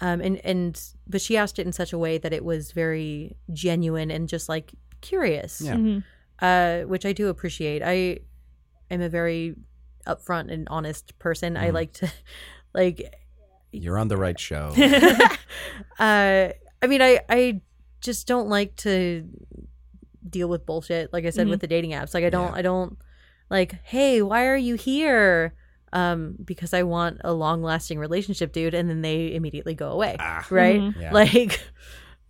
C: um and and but she asked it in such a way that it was very genuine and just like curious
A: Yeah.
B: Mhm.
C: uh, which I do appreciate. I am a very upfront and honest person. I
A: Mhm.
C: like to, (laughs) like,
A: You're on the right show.
C: (laughs) uh, I mean, I I just don't like to deal with bullshit. Like I said, with the dating apps, like I don't,
A: Mm-hmm. Yeah.
C: I don't like, hey, why are you here? Um, because I want a long lasting relationship, dude, and then they immediately go away,
A: Ah.
C: right?
B: Mhm.
A: Yeah.
C: Like,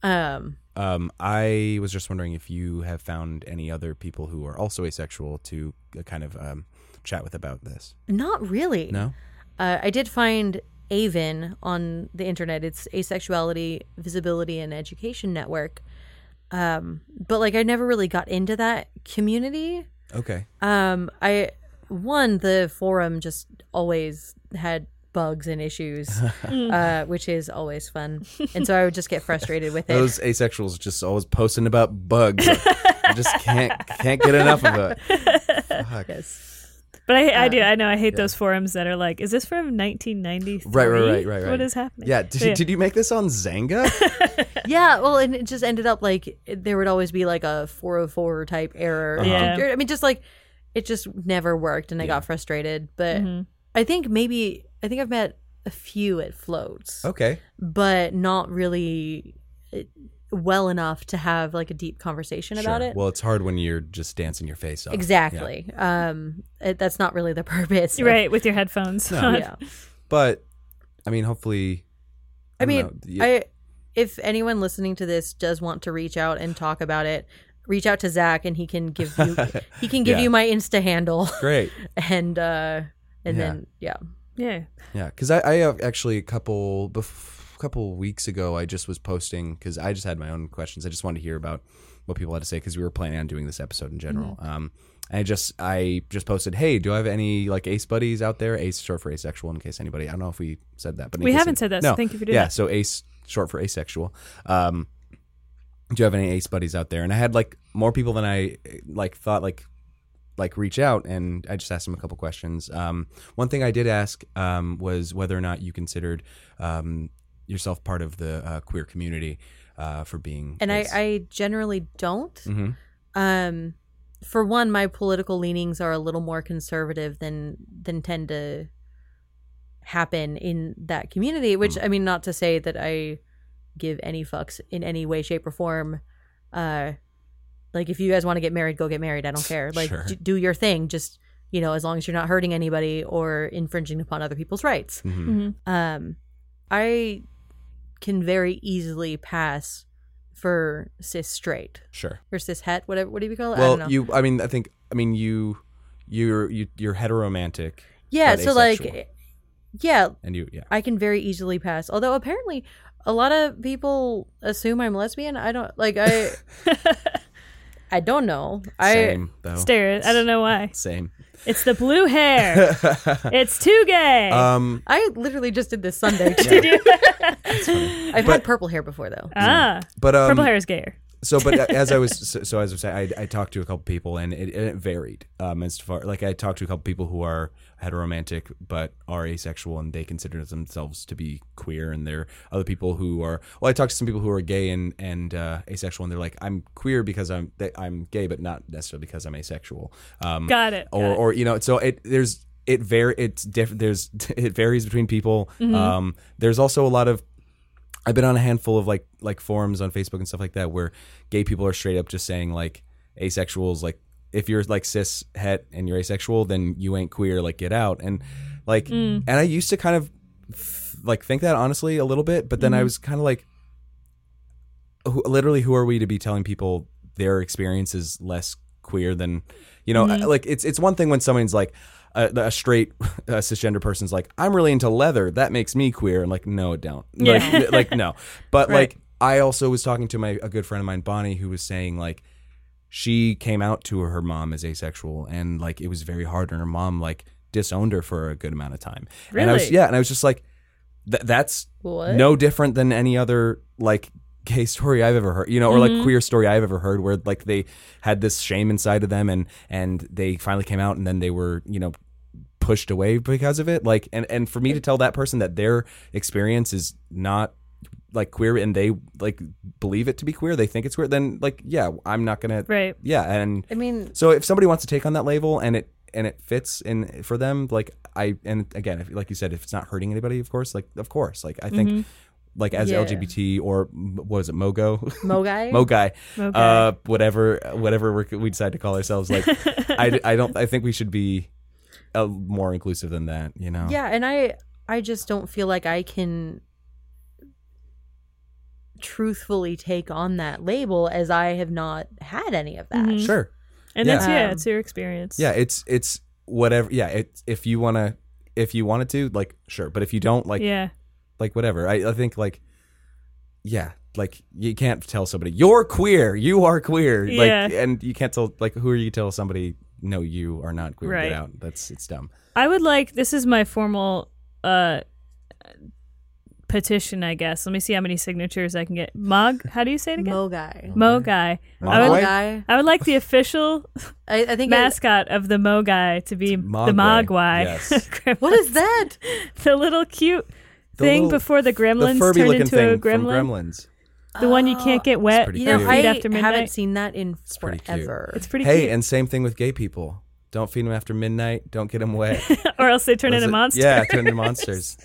C: um,
A: Um, I was just wondering if you have found any other people who are also asexual to uh, kind of um, chat with about this.
C: not really.
A: No.
C: Uh, I did find Avon on the internet. It's Asexuality Visibility and Education Network. Um, but like I never really got into that community.
A: Okay.
C: Um, I one the forum just always had bugs
A: (laughs)
C: and issues, uh, which is always fun. And so I would just get frustrated with it.
A: Those asexuals just always posting about bugs.
C: (laughs)
A: I just can't can't get enough of it. Fuck.
B: But I, I do.
A: Um,
B: I know. I hate those forums that are like, "Is this from 1993?"
A: Right, right, right, right, right.
B: What is happening?
A: Yeah. Did, did you make this on
C: (laughs)
A: Zanga?
C: yeah, well, and it just ended up like there would always be like a 404 type error.
B: Uh-huh.
C: I mean, just like it just never worked, and I got frustrated. But
B: Mm-hmm.
C: I think maybe I think I've met a few at floats,
A: okay.
C: but not really eh, well enough to have like a deep conversation about
A: Sure.
C: it.
A: Well, it's hard when you're just dancing your face off.
C: exactly. Um, it, that's not really the (laughs) purpose. of-
B: right with your headphones. (laughs)
A: No.
B: on.
C: Yeah.
A: But I mean, hopefully.
C: I,
A: don't
C: mean,
A: know. You-
C: I if anyone listening to this does want to reach out and talk about it, reach out to Zach and he can give
A: (laughs)
C: you he can give
A: Yeah.
C: you my Insta handle (laughs)
A: great.
C: and uh and
A: Yeah.
C: then yeah.
B: Yeah.
A: Yeah, because I, I have actually a couple bef- couple weeks ago, I just was posting because I just had my own questions. I just wanted to hear about what people had to say because we were planning on doing this episode in general.
B: Mm-hmm.
A: Um, and I just I just posted, hey, do I have any like ace buddies out there? Ace short for asexual. In case anybody, I don't know if we said that, but in
B: We
A: case
B: haven't
A: any-
B: said that,
A: No,
B: so thank you for doing
A: yeah,
B: that.
A: so ace short for asexual. Um, do you have any ace buddies out there? And I had like more people than I like thought like like reach out and I just asked him a couple questions. Um, one thing I did ask um, was whether or not you considered um, yourself part of the uh, queer community uh, for being.
C: And I
A: ace.
C: I generally don't.
A: Mhm.
C: Um for one, my political leanings are a little more conservative than than tend to happen in that community, which I mean not to say that I give any fucks in any way shape or form uh like if you guys want to get married go get married i don't care like
A: Sure.
C: d- do your thing just you know as long as you're not hurting anybody or infringing upon other people's rights
A: Mhm.
B: Mhm.
C: um i can very easily pass for cis straight
A: Sure.
C: or cis het whatever what do you call it i don't
A: Well,
C: know
A: you. I mean, I think. I mean, you. You're you, you're heteromantic,
C: yeah
A: but
C: so
A: asexual.
C: like yeah
A: and you. Yeah.
C: i can very easily pass although apparently a lot of people assume i'm lesbian i don't like
A: (laughs)
C: i i don't know i
A: Same though.
B: Stare. I don't know
A: (laughs)
B: why.
C: (laughs)
A: Same.
B: It's the blue
A: (laughs)
B: hair. it's too gay. (laughs)
A: Um.
C: I literally just did this
A: (laughs)
C: Sunday. Too. I've had purple hair before though.
B: ah,
A: But um.
B: purple hair is gayer.
A: so but uh, as i was
B: (laughs)
A: so, so as i was saying I, I talked to a couple people and it, and it varied um as far like i talked to a couple people who are heteromantic but are asexual and they consider themselves to be queer and there are other people who are well i talked to some people who are gay and and uh, asexual and they're like i'm queer because i'm that i'm gay but not necessarily because i'm asexual um
B: Got it.
A: or or you know so it there's it var it's different there's (laughs) it varies between people
B: Mm-hmm.
A: um there's also a lot of I've been on a handful of like like forums on Facebook and stuff like that where gay people are straight up just saying like asexuals like if you're like cis het and you're asexual then you ain't queer like get out and like
B: Mm, Mm-hmm.
A: and I used to kind of f- like think that honestly a little bit but then
B: Mm-hmm.
A: I was kind of like who, literally who are we to be telling people their experience is less queer than you know
B: Mm-hmm.
A: like it's it's one thing when someone's like a, a straight (laughs) uh cisgender person's like i'm really into leather that makes me queer and like no it don't like
B: Yeah.
A: like
B: (laughs)
A: no but
B: Right.
A: like i also was talking to my a good friend of mine bonnie who was saying like she came out to her mom as asexual and like it was very hard and her mom like disowned her for a good amount of time and i was
B: Really?
A: yeah and i was just like th- that's
C: What?
A: no different than any other like gay story I've ever heard, you know, or
B: Mm-hmm.
A: like queer story I've ever heard, where like they had this shame inside of them, and and they finally came out, and then they were, you know, pushed away because of it. Like, and and for me to tell that person that their experience is not like queer, and they like believe it to be queer, they think it's queer, then like, yeah, I'm not gonna,
B: Right.
A: yeah, and
C: I mean,
A: so if somebody wants to take on that label and it and it fits in for them, like I and again, if, like you said, if it's not hurting anybody, of course, like of course, like I think, like as
C: Mm-hmm. Yeah.
A: LGBT or m- what is it,
C: (laughs)
A: Mogo,
C: Mogai.
A: Mogai,
B: Mogai.
A: Uh, whatever, whatever we're, we decide to call ourselves,
C: (laughs)
A: like I, I don't, I think we should be uh, more inclusive than that, you know?
C: Yeah, and I I just don't feel like I can truthfully take on that label as I have not had any of that.
B: Mhm.
A: sure.
B: (laughs) And
A: Yeah.
B: that's yeah,
C: Um,
B: it's your experience.
A: Yeah, it's it's whatever. Yeah, it's if you wanna, if you wanted to, like sure, but if you don't, like
B: yeah.
A: like whatever. I, I think like yeah, like you can't tell somebody you're queer, you are queer. Like
B: Yeah.
A: and you can't tell like who are you to tell somebody no you are not queer.
B: Right.
A: Get out. That's it's dumb.
B: I would like this is my formal uh petition, I guess. Let me see how many signatures I can get. Mog, how do you say it again?
C: Mogai.
B: Mo guy. I would,
A: Mogai?
C: Mogai.
B: I would like the
C: (laughs)
B: official
C: I, I think. it-
B: mascot of the Mo guy to be
A: Mogwai,
B: the Mogwai. (laughs)
A: yes.
B: Gremlin.
C: what is
B: (laughs)
C: that?
B: the little cute
A: The
B: thing
A: little-
B: before the gremlins
A: the Furby
B: turned
A: looking
B: into
A: thing
B: a gremlin?
A: from Gremlins.
B: The one you can't get wet.
A: pretty
C: You know,
A: Cute.
C: I
B: Feed after midnight.
C: haven't seen that in
A: pretty cute.
C: forever.
B: It's pretty
A: Hey,
B: cute.
A: and same thing with gay people. Don't feed them after midnight. Don't get them wet.
B: or else they (laughs) turn
A: Was
B: into
A: it-
B: monsters.
A: Yeah, turn into monsters.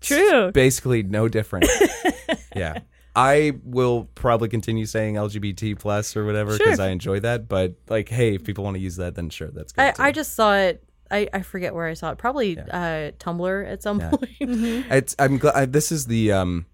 B: True.
A: Basically, no different.
B: (laughs)
A: yeah, I will probably continue saying LGBT plus or whatever
B: Sure.
A: because I enjoy that. But like, hey, if people want to use that, then sure, that's good.
C: I,
A: too.
C: I just saw it. I, I forget where I saw it. Probably uh, Tumblr at some point.
B: Mm-hmm.
C: (laughs)
A: It's, I'm glad. I, this is the um,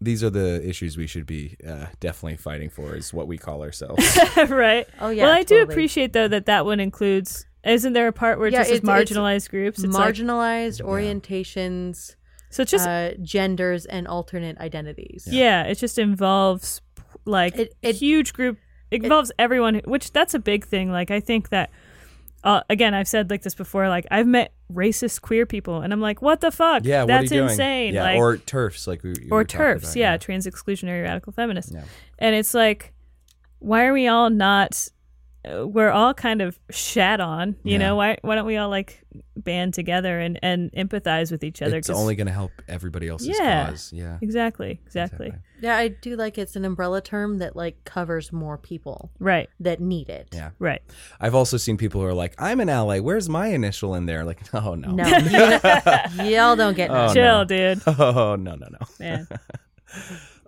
A: these are the issues we should be uh, definitely fighting for. Is what we call
B: (laughs)
A: ourselves.
B: (laughs) right.
C: Oh, yeah,
B: Well, I do
C: totally.
B: appreciate though that that one includes. Isn't there a part where it
C: Yeah,
B: just says
C: it's- it's
B: marginalized groups? It's like-
C: Marginalized orientations,
B: so it's just
C: uh, genders, and alternate identities.
B: yeah. it just involves like
C: It- it-
B: huge group. It involves everyone, who- which that's a big thing. Like I think that uh, again, I've said like this before. Like I've met racist queer people, and I'm like, what the fuck?
A: yeah, what are you
B: that's
A: doing?
B: insane.
A: Yeah,
B: like,
A: or turfs like we, we
B: or
A: were talking
B: turfs
A: about,
B: yeah, trans exclusionary radical feminists
A: Yeah.
B: and it's like why are we all not uh, we're all kind of shat on you
A: Yeah.
B: know why why don't we all like band together and and empathize with each other
A: It's
B: 'Cause-
A: only going to help everybody else's
B: Yeah.
A: cause. Yeah.
B: exactly exactly
A: Exactly.
C: Yeah, I do like it's an umbrella term that like covers more people
B: right
C: that need it.
A: Yeah.
B: right
A: I've also seen people who are like, "I'm an ally. Where's my initial in there?" Like, (laughs) oh no,
C: No, you- y'all don't get
A: Oh,
C: no.
B: chill
A: no. (laughs)
B: dude
A: oh no, no, no.
B: man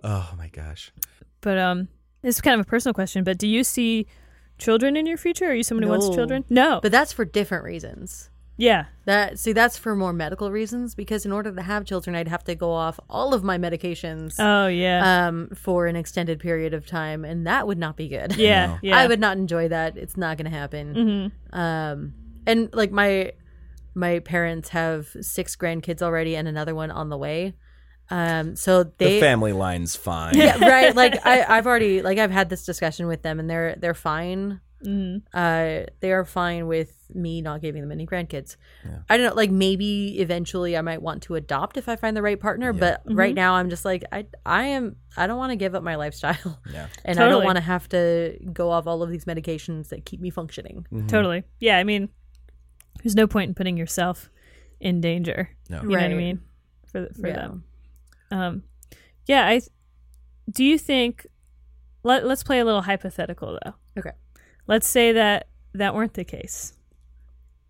A: Oh my gosh.
B: but um this is kind of a personal question but do you see children in your future are you someone who wants
C: No.
B: children no
C: But that's for different reasons.
B: yeah
C: That see, that's for more medical reasons because in order to have children, I'd have to go off all of my medications
B: oh yeah
C: um, for an extended period of time, and that would not be good.
B: yeah
A: no.
B: yeah
C: (laughs)
B: Mm-hmm.
C: I would not enjoy that. It's not going to happen. Um, and like my my parents have six grandkids already, and another one on the way. Um, so they
A: the family line's fine.
C: yeah, right. Like I, I've already like I've had this discussion with them, and they're they're fine.
B: Mhm.
C: Uh, they are fine with me not giving them any grandkids. I don't know. Like maybe eventually I might want to adopt if I find the right partner, but
B: Mm-hmm.
C: right now I'm just like I I am I don't want to give up my lifestyle.
A: Yeah.
C: (laughs) And I
B: Totally.
C: don't want to have to go off all of these medications that keep me functioning.
B: Totally. Yeah, I mean, there's no point in putting yourself in danger.
A: No.
B: You know what I
C: Right.
B: mean? For for
C: Yeah.
B: them. Um, yeah. I th- do you think? Let Let's play a little hypothetical though.
C: Okay.
B: Let's say that that weren't the case.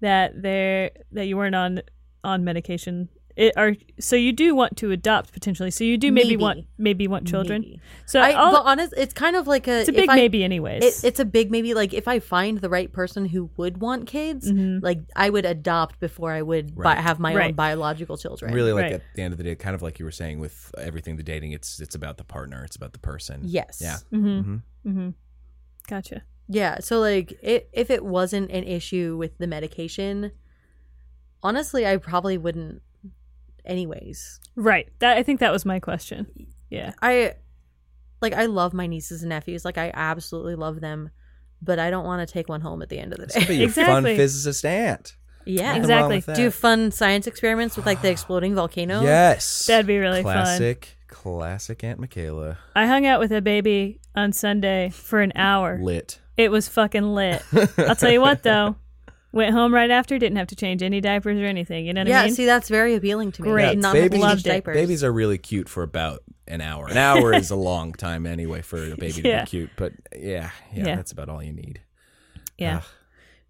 B: That there that you weren't on on medication. It, are so you do want to adopt potentially. So you do maybe,
C: Maybe.
B: want maybe want children.
C: Maybe.
B: So
C: I,
B: all-
C: well, honest, it's kind of like a
B: it's a
C: if
B: big
C: I-
B: maybe anyways.
C: It, it's a big maybe. Like if I find the right person who would want kids,
B: Mm-hmm.
C: like I would adopt before I would bi-
A: Right.
C: have my own
B: Right.
C: biological children.
A: (laughs) Really, like
B: Right.
A: at the end of the day, kind of like you were saying with everything, the dating, it's it's about the partner, it's about the person.
C: Yes.
A: Yeah.
B: Mm-hmm. Gotcha.
C: Yeah. So like, it, if it wasn't an issue with the medication, honestly, I probably wouldn't. Anyways,
B: Right. That I think that was my question. Yeah.
C: I like I love my nieces and nephews. Like I absolutely love them, but I don't want to take one home at the end of the
D: Be
B: (laughs)
C: day. (laughs)
D: your fun
B: Exactly.
D: physicist aunt.
C: yeah.
D: Nothing wrong
B: Exactly.
D: with that.
C: Do fun science experiments with like the exploding volcano.
D: Yes.
B: That'd be really fun.
D: classic, classic Aunt Michaela.
B: I hung out with a baby on Sunday for an hour.
D: Lit.
B: It was fucking lit. I'll tell
A: (laughs)
B: you what though. Went home right after, didn't have to change any diapers or anything. You know what
C: Yeah,
B: I mean?
C: see, that's very appealing to me.
B: Great.
C: Like,
B: Yeah,
C: not having to
B: babies-
C: change
B: Loved it.
C: diapers.
A: Babies are really cute for about an hour. An hour is a long time anyway for a baby
B: (laughs) Yeah.
A: to be cute, but yeah, yeah,
B: Yeah.
A: that's about all you need.
B: yeah.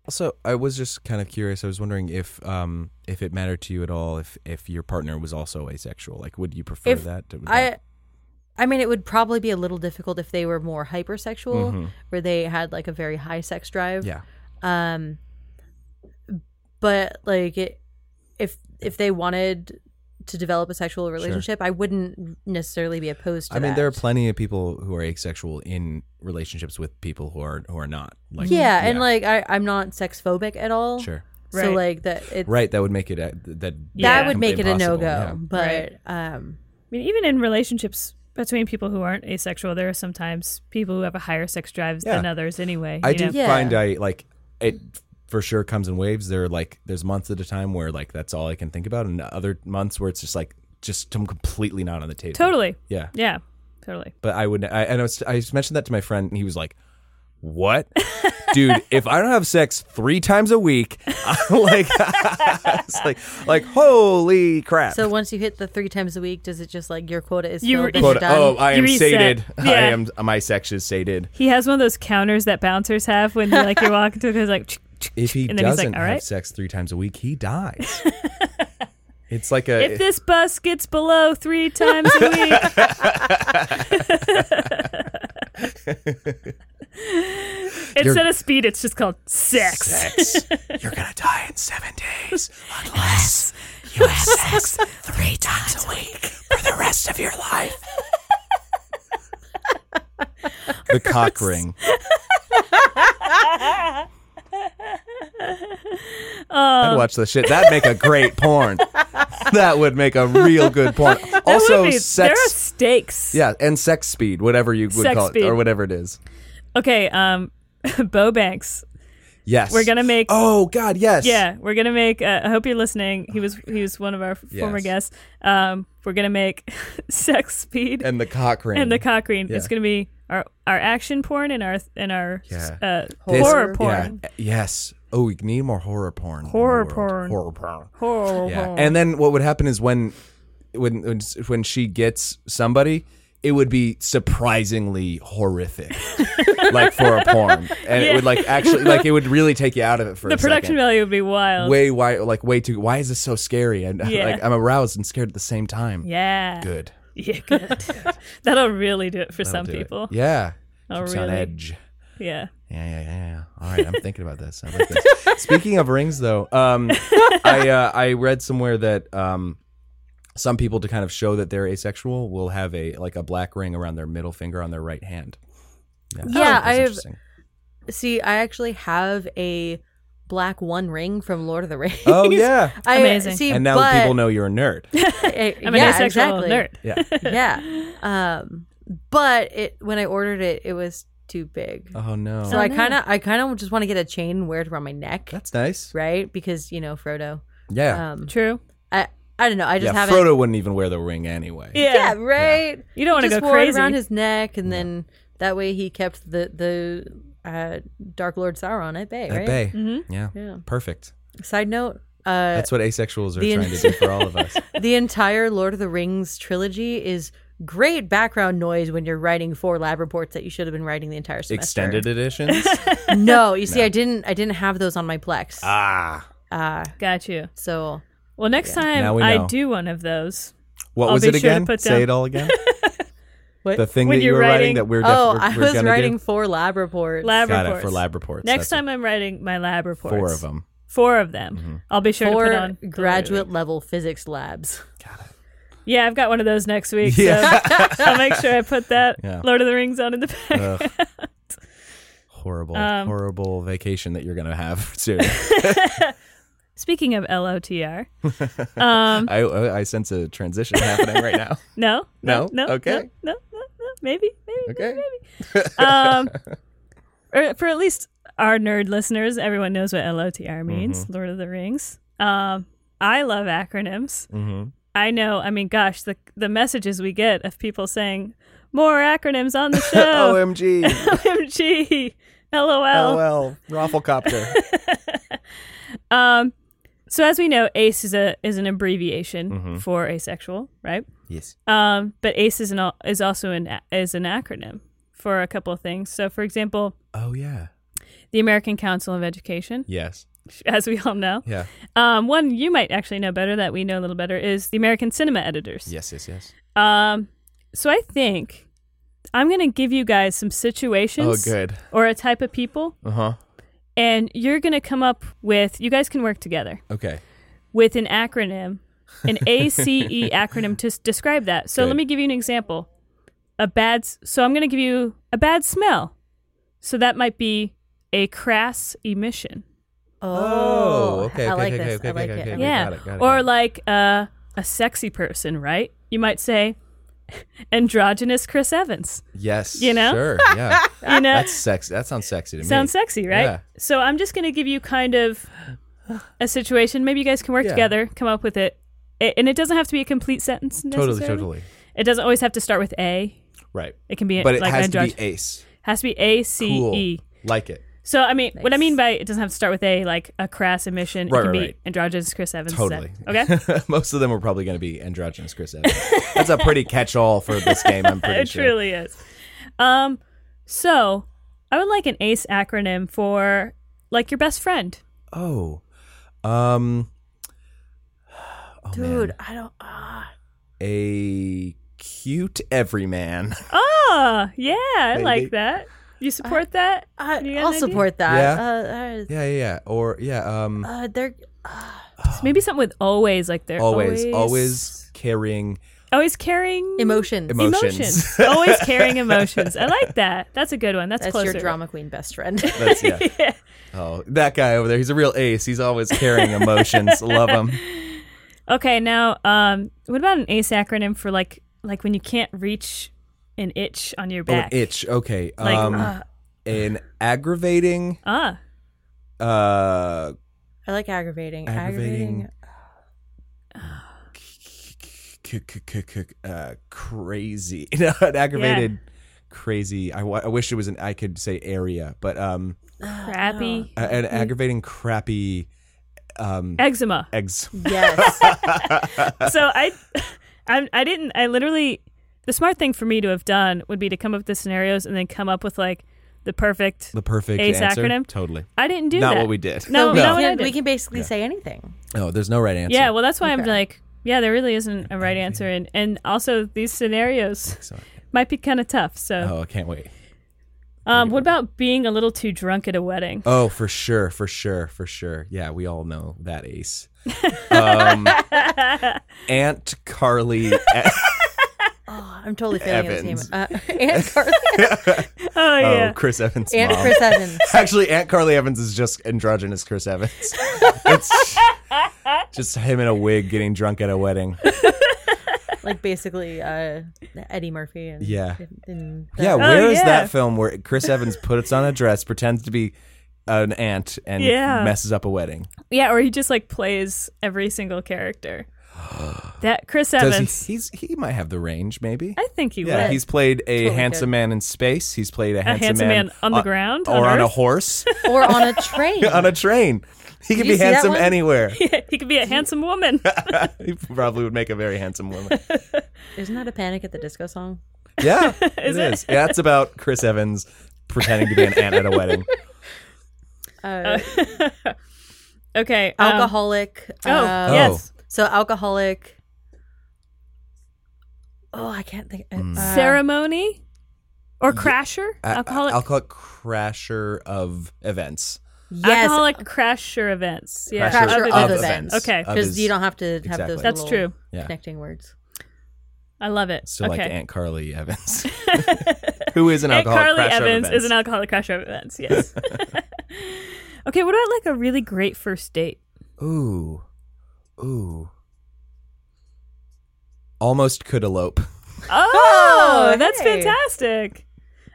A: Also, I was just kind of curious. I was wondering if um if it mattered to you at all if if your partner was also asexual. Like, would you prefer
C: If
A: that? Would
C: I,
A: that-
C: I mean, it would probably be a little difficult if they were more hypersexual,
A: Mhm.
C: where they had like a very high sex drive.
A: yeah.
C: Um, but like, it, if if they wanted to develop a sexual relationship, I wouldn't necessarily be opposed to
A: I mean,
C: that.
A: there are plenty of people who are asexual in relationships with people who are who are not. Like,
C: yeah, and like I, I'm not sex phobic at all.
A: sure,
C: So
B: Right.
C: like that, it,
A: right? That would make it a, that
B: Yeah.
C: that would make it a no
A: impossible,
C: go.
A: yeah.
C: But um,
B: I mean, even in relationships between people who aren't asexual, there are sometimes people who have a higher sex drive than
A: Yeah.
B: others anyway.
A: I
B: you
A: do
B: know?
C: Yeah.
A: find I like it for sure comes in waves. There are like there's months at a time where like that's all I can think about, and other months where it's just like just I'm completely not on the table.
B: Totally.
A: Yeah.
B: Yeah. Totally.
A: But I would I and I, was, I just mentioned that to my friend, and he was like, "What, dude?
C: (laughs)
A: if I don't have sex three times a week, (laughs) I'm like, it's like like holy crap."
C: so once you hit the three times a week, does it just like your quota is
B: You-
C: filled? and
A: Quote,
C: you're done?
A: oh, I
B: You
A: am
B: reset.
A: sated. I
B: Yeah.
A: am my sex is sated.
B: He has one of those counters that bouncers have when
A: (laughs)
B: like you're walking to it, it's like
A: If he
B: and then he's
A: doesn't
B: like, all
A: have
B: right.
A: sex three times a week, he
B: (laughs)
A: dies. it's like a
B: If this bus gets below three times a week,
A: (laughs)
B: instead of speed, it's just called sex. (laughs)
A: sex. You're gonna die in seven days unless you have sex three times a week for the rest of your
B: (laughs)
A: life. the cock ring.
B: Um,
A: I'd watch the shit. That'd make a great
B: (laughs)
A: porn. That would make a real good porn.
B: That would
A: also,
B: be- there are
A: sex.
B: stakes.
A: Yeah, and sex speed, whatever you would
B: Sex
A: call it,
B: speed.
A: or whatever it is.
B: Okay. Um, (laughs) Bo Banks.
A: Yes,
B: We're gonna make-
A: Oh God, yes.
B: Yeah, we're gonna make. Uh, I hope you're listening. He was he was one of our f- former
A: Yes.
B: guests. Um, we're gonna make (laughs) sex speed
A: and the cock ring.
B: and the Cochrane.
A: Yeah.
B: It's gonna be our our action porn and our and our
A: Yeah.
B: uh,
C: This-
B: horror
C: yeah.
B: porn.
A: Yeah. Yes. Oh, we need more horror porn. in the
B: Horror
A: world.
B: porn.
A: Horror porn.
B: Horror
A: Yeah.
B: porn.
A: And then what would happen is when, when, when- when she gets somebody, it would be surprisingly
B: (laughs)
A: horrific, like for a porn, and it would like actually like it would really take you out of it for
B: the
A: a
B: production
A: second.
B: value would be wild.
A: Way why like way too. Why is this so scary? And (laughs)
B: Yeah.
A: like I'm aroused and scared at the same time.
B: yeah.
A: Good.
B: (laughs) Yeah, good. (laughs) That'll really do it for
A: That'll
B: some
A: do it.
B: people.
A: Yeah.
C: (laughs)
B: Oh,
A: Keeps you on
B: really?
A: edge.
B: Yeah.
A: Yeah, yeah, yeah, yeah. All right, I'm thinking about this. I like this. (laughs) Speaking of rings, though,
C: (laughs)
A: um, I uh, I read somewhere that um, some people to kind of show that they're asexual will have a like a black ring around their middle finger on their right hand. Oh,
C: Yeah,
A: that's
C: I've-
A: interesting.
C: See, I actually have a black one ring from Lord of the Rings. (laughs)
A: Oh yeah,
C: I,
B: Amazing.
C: See,
A: and now
C: but,
A: people know you're a nerd.
C: (laughs) I-
B: I'm
C: yeah,
B: an asexual
C: exactly.
B: nerd.
A: Yeah.
C: yeah. Um, but it when I ordered it, it was too big.
A: Oh no,
C: so
B: Oh,
C: I
B: no.
C: kind of, I kind of just want to get a chain and wear it around my neck,
A: that's nice.
C: right? Because you know Frodo.
A: Yeah,
B: (laughs)
C: Um,
B: True.
C: I, I don't know. I
A: yeah.
C: just haven't.
A: Frodo wouldn't even wear the ring anyway.
B: Yeah.
C: yeah, right.
B: You don't want to
C: Just
B: go
C: wore it
B: crazy.
C: around his neck, and then that way he kept the the uh, Dark Lord Sauron at bay.
A: At
C: Right. Mm.
A: bay.
B: Mhm.
A: Yeah,
C: Yeah.
A: perfect.
C: Side note. Uh,
A: That's what asexuals are
C: the- (laughs)
A: trying to do for all of us.
C: the entire Lord of the Rings trilogy is great background noise when you're writing four lab reports that you should have been writing the entire semester.
A: Extended editions.
C: (laughs) No, you see, I didn't. I didn't have those on my Plex. Uh,
A: ah,
B: Got you.
C: so
B: Well, next
A: Now
B: time
A: we
B: I
A: know.
B: do one of those.
A: what
B: I'll
A: was
B: be
A: it
B: sure to
A: again?
B: put down-
A: Say it all
B: (laughs)
A: again.
C: what?
A: the thing
B: When
A: that you
B: you're
A: were
B: writing-
A: writing, that we're def-
C: oh,
A: we're,
C: I
A: we're
C: was
A: gonna
C: writing
A: do?
C: four lab reports.
B: Lab
A: Got
B: reports.
A: it for lab reports. That's
B: Next time I'm writing my lab reports.
A: four of Mm-hmm. them.
B: Four of them. I'll be sure to put
C: Four (laughs)
B: on the
C: graduate level physics labs.
B: later. Yeah, I've got one of those next week. So I'll make sure I put that
A: (laughs) Yeah.
B: Lord of the Rings on in the back.
A: Ugh. Horror horrible,
B: Um,
A: horrible vacation that you're gonna have (laughs) soon.
B: (laughs) Speaking of LOTR, Um,
A: I, I I sense a transition happening right
B: (laughs)
A: now.
B: no,
A: No?
B: no,
A: Okay.
B: no, no, no, no, maybe, maybe,
A: Okay.
B: um, (laughs) or for at least our nerd listeners, everyone knows what
A: Mm-hmm.
B: LOTR means, Lord of the Rings. Um, I love acronyms.
A: Mhm.
B: I know. I mean, gosh, the the messages we get of people saying more acronyms
A: (laughs)
B: on the
A: Oh,
B: show. (laughs)
A: Omg,
B: OMG, LOL.
A: lol,
B: (laughs)
A: rafflecopter.
B: Um, so as we know, ACE is a is an abbreviation
A: Mm-hmm.
B: for asexual, right?
A: yes.
B: Um, but ACE is an al- is also an a- is an acronym for a couple of things. So, for example,
A: Oh yeah.
B: the American Council of Education, (laughs)
A: Yes.
B: as we all know.
A: Yeah.
B: Um, one you might actually know better that we know a little better is the American Cinema Editors.
A: Yes. Yes. Yes.
B: Um, so I think I'm going to give you guys some
A: Oh
B: situations
A: good.
B: or a type of people,
A: Uh huh.
B: and you're going to come up with. You guys can work together.
A: Okay.
B: with an acronym, an ACE acronym to s- describe that. So
A: Good.
B: let me give you an example. A bad, s- so I'm going to give you a bad smell. So that might be a crass emission.
C: Oh,
A: okay, okay,
C: I like
A: okay,
C: this.
A: okay,
C: I
A: okay,
C: like
A: okay,
C: it.
A: okay.
C: I
B: yeah.
A: got it, got it,
B: or
A: got it.
B: like uh, a sexy person, right? You might say (laughs) androgynous Chris Evans.
A: Yes.
B: You know?
A: Sure.
B: (laughs)
A: Yeah.
B: You know,
A: That's sexy. That sounds sexy to me.
B: sounds sexy, right?
A: Yeah.
B: So I'm just going to give you kind of a situation. Maybe you guys can work
A: Yeah.
B: together, come up with it. A- And it doesn't have to be a complete sentence.
A: Totally.
B: necessarily.
A: Totally.
B: It doesn't always have to start with A.
A: Right.
B: It can be
A: But it
B: like
A: has
B: an
A: to
B: androg-
A: be ace.
B: has to be A C E.
A: Cool. Like it.
B: So I mean, what I
C: Nice.
B: mean by it doesn't have to start with A, like a crass emission.
A: Right,
B: it can
A: right,
B: be
A: right.
B: androgynous Chris Evans.
A: Totally.
B: said.
A: (laughs)
B: Okay.
A: Most of them were probably going to be androgynous Chris Evans. That's a pretty catch-all for this game. I'm
B: (laughs)
A: pretty
B: it
A: sure.
B: truly is. Um, so I would like an ACE acronym for like your best friend.
A: Oh. Um. Oh,
C: Dude,
A: man.
C: I don't. ah.
A: a cute everyman. (laughs)
B: Oh, yeah, I
A: Maybe.
B: like that. You support that?
C: I,
B: You got
C: I'll
B: an idea?
C: support that. Uh,
A: yeah, yeah, yeah. Or yeah. Um.
C: uh, uh, they're
B: Maybe something with always, like they're
A: always,
B: always,
A: always carrying
B: always carrying
C: emotions.
A: Emo- Emotions.
B: emotions. (laughs) always carrying emotions. I like that. That's a good one. That's,
C: That's
B: closer.
C: your drama queen best friend. (laughs)
A: That's yeah.
B: (laughs) Yeah.
A: Oh, that guy over there. He's a real ace. He's always carrying
B: (laughs)
A: emotions. Love him.
B: Okay, now, um, what about an ACE acronym for like like when you can't reach an itch on your
A: Oh, an
B: back?
A: itch. Okay.
B: Like,
A: um,
B: uh,
A: an aggravating.
B: ah,
A: Uh,
C: I like aggravating.
A: Aggravating.
C: Aggravating.
A: c- c- c- c- uh, crazy, (laughs) No, an aggravated, crazy. I wa- I wish it was an. I could say area, but um,
B: crappy
A: a- an aggravating, crappy, um, (laughs)
B: eczema.
A: ex.
C: Yes.
B: so I, (laughs) I, I didn't. I literally, the smart thing for me to have done would be to come up with the scenarios and then come up with like the perfect.
A: The perfect
B: Ace
A: answer.
B: acronym?
A: Totally.
B: I didn't do
A: Not
B: that.
A: what we did. (laughs)
B: No,
C: we,
B: no.
C: can,
B: what I did.
C: we can basically say anything.
A: No, there's no right answer.
B: Yeah, well, that's why I'm like, yeah, there really isn't a right answer, and and also these scenarios
A: So-
B: might be kind of tough. So,
A: oh, I can't wait.
B: um, what about being a little too drunk at a wedding?
A: Oh, for sure, for sure, for sure. Yeah, we all know that
B: (laughs)
A: ace. um, Aunt Carly. (laughs)
C: Oh, I'm totally failing at
A: Evans.
C: this (laughs) game. Uh, Aunt Carly.
B: Oh yeah.
A: Oh, Chris Evans.
C: Aunt
A: mom.
C: Chris Evans.
A: Actually, Aunt Carly Evans is just androgynous Chris
B: (laughs)
A: Evans. It's just him in a wig getting drunk at a wedding.
C: Like basically uh, Eddie Murphy. And,
A: Yeah.
C: and the-
A: Yeah, where is
B: Oh, yeah.
A: that film where Chris Evans puts on a dress, pretends to be an aunt, and
B: Yeah.
A: messes up a wedding?
B: Yeah, or he just like plays every
A: (gasps)
B: single character. that Chris
A: Does
B: Evans,
A: he, he's, he might have the range, maybe.
B: I think he
A: Yeah,
B: would.
A: he's played a
C: Totally
A: handsome
C: could.
A: man in space. He's played a, handsome,
B: handsome man on the
A: on-
B: ground,
A: or on
B: on
A: a
B: Earth. (laughs)
A: horse, (laughs)
C: Or on a train.
A: on a train. He could
C: you
A: be
C: see that
A: handsome
B: (laughs)
C: one?
A: anywhere. (laughs)
B: he could be a handsome woman. (laughs)
A: he probably would make a very handsome woman.
C: Isn't that a Panic at the Disco song?
A: Yeah, it is. Yeah, it's about Chris Evans pretending to be an aunt at a wedding.
C: Uh,
B: okay. um,
C: alcoholic.
B: oh,
C: uh,
B: yes.
C: So alcoholic. Oh, I can't think.
A: Hmm.
C: Uh,
B: Ceremony or crasher? alcoholic
A: alcoholic crasher of events.
C: yes,
B: alcoholic crasher events. Yeah.
A: Crasher
C: Crasher
A: of
C: of
A: events.
C: events.
B: Okay.
A: Of
C: because
A: is-
C: you don't have to have
A: Exactly.
C: those.
B: That's
C: little
B: true.
A: Yeah.
C: Connecting words.
B: I love it.
A: So
B: okay. (laughs)
A: like Aunt Carly Evans. (laughs) who is an
B: Aunt
A: alcoholic
B: Carly
A: crash out of
B: Evans
A: events.
B: is an alcoholic crash out of
A: (laughs)
B: events. Yes. (laughs) okay, what about like a really great first
A: (laughs)
B: date?
A: Ooh. Ooh. Almost could elope.
B: Oh, that's
C: hey.
B: fantastic.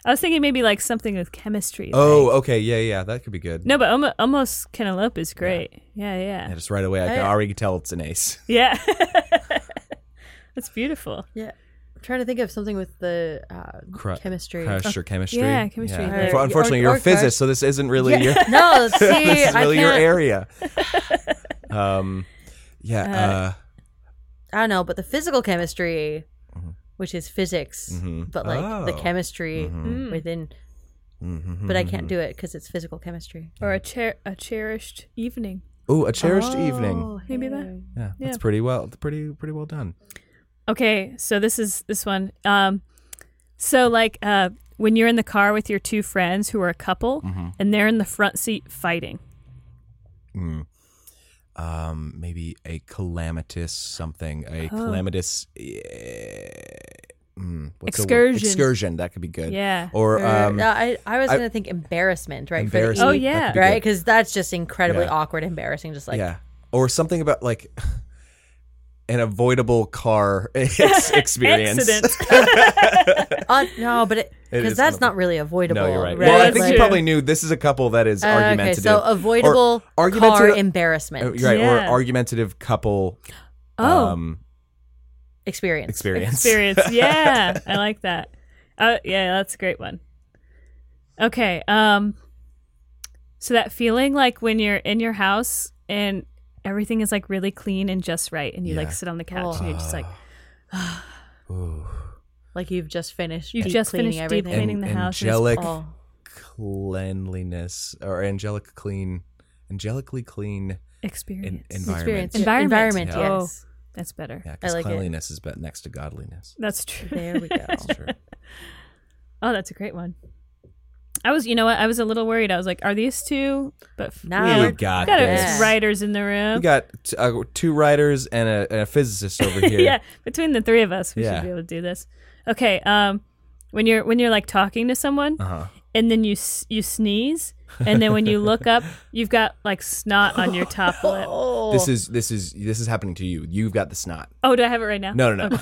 B: I was thinking maybe like something with chemistry.
A: Oh,
B: like-
A: okay. Yeah, yeah. That could be good.
B: no, but almost, almost cantaloupe is great. Yeah, yeah,
A: Yeah, just right away, I can
C: I-
A: already tell it's an ace.
B: yeah. (laughs) that's beautiful.
C: Yeah. I'm trying to think of something with the uh,
A: Cru-
C: chemistry.
A: Crush or chemistry.
B: yeah, chemistry,
A: Yeah.
B: yeah.
A: Unf-
C: Or-
A: Unfortunately, you're
C: or
A: a physicist,
C: crush.
A: so this isn't really your (laughs)
C: No, see,
A: this is
C: I
A: really
C: can't.
A: your area. Um, yeah.
C: I don't know, but the physical chemistry, which is physics,
A: Mhm.
C: but like the
A: Mm-hmm. Oh.
C: chemistry
B: Mhm.
C: within.
A: Uh, mhm,
C: But I
A: mhm.
C: can't do it because it's physical chemistry.
B: Or a cher- a cherished evening.
A: Ooh, a cherished
C: Oh,
A: evening.
B: Maybe that-
A: Yeah, that's
B: Yeah.
A: pretty well, pretty pretty well done.
B: Okay, so this is this one. Um, so like uh, when you're in the car with your two friends who are a couple, and they're in the front seat fighting.
A: Mm. Um, maybe a calamitous something, a
B: Oh.
A: calamitous eh, mm, what's the word?
B: Excursion.
A: Excursion that could be good.
B: Yeah.
A: Or um,
C: I, I was
A: I-
C: going to think embarrassment, right? for the
A: embarrassing.
B: Oh,
C: E,
B: yeah.
A: that could be
C: Right?
A: good.
C: Because that's just incredibly
A: Yeah.
C: awkward, embarrassing. Just like,
A: yeah. Or something about like (laughs) an avoidable car (laughs) ex- experience.
B: Accident.
C: uh, no, but
A: It
C: because
A: is
C: that's
A: unavoidable.
C: not really avoidable.
A: No, you're right.
B: Right,
A: Well, I
B: that's
A: think
B: true.
A: you probably knew this is a couple that is
C: Uh, okay,
A: argumentative.
C: so avoidable car
A: argumentative-
C: embarrassment
A: Oh, you're right, or
B: Yeah.
A: argumentative couple
B: oh,
A: um,
C: experience.
A: experience.
B: experience. yeah, I like that. Oh, yeah, that's a great one. Okay. Um, so that feeling like when you're in your house and everything is like really clean and just right, and you
A: Yeah. Ah.
B: like sit on the couch
C: Oh.
B: and you're just like,
A: (laughs) Ooh.
C: Like you've just finished.
B: You've
C: deep
B: just
C: cleaning
B: finished deep
C: everything.
B: Cleaning the house is-
A: angelic
C: Oh.
A: cleanliness or angelic clean, angelically clean en-
B: experience.
A: environment.
C: Experience.
B: Environment.
C: Environment.
B: Yeah.
C: Yes.
B: that's better.
A: Yeah,
C: I
A: because
C: like it.
A: cleanliness is bet next to godliness.
B: That's true.
C: There we go.
A: Sure.
B: Oh, that's a great one. I was, you know what? I was a little worried. I was like, are these two? But f-
C: Nah,
B: yeah,
A: we
C: we're-
A: got
B: got
A: this.
B: it. Writers in the
A: We
B: room.
A: got t- uh, two writers and a, and a physicist over here.
B: (laughs) yeah, between the three of us, we
A: Yeah.
B: should be able to do this. Okay. Um, when you're when you're like talking to someone,
A: Uh-huh.
B: and then you s- you sneeze, and then when
A: (laughs)
B: you look up, you've got like snot on your top lip.
C: Oh.
A: This is this is this is happening to you. You've got the snot.
B: Oh, do I have it right now?
A: No, no, no.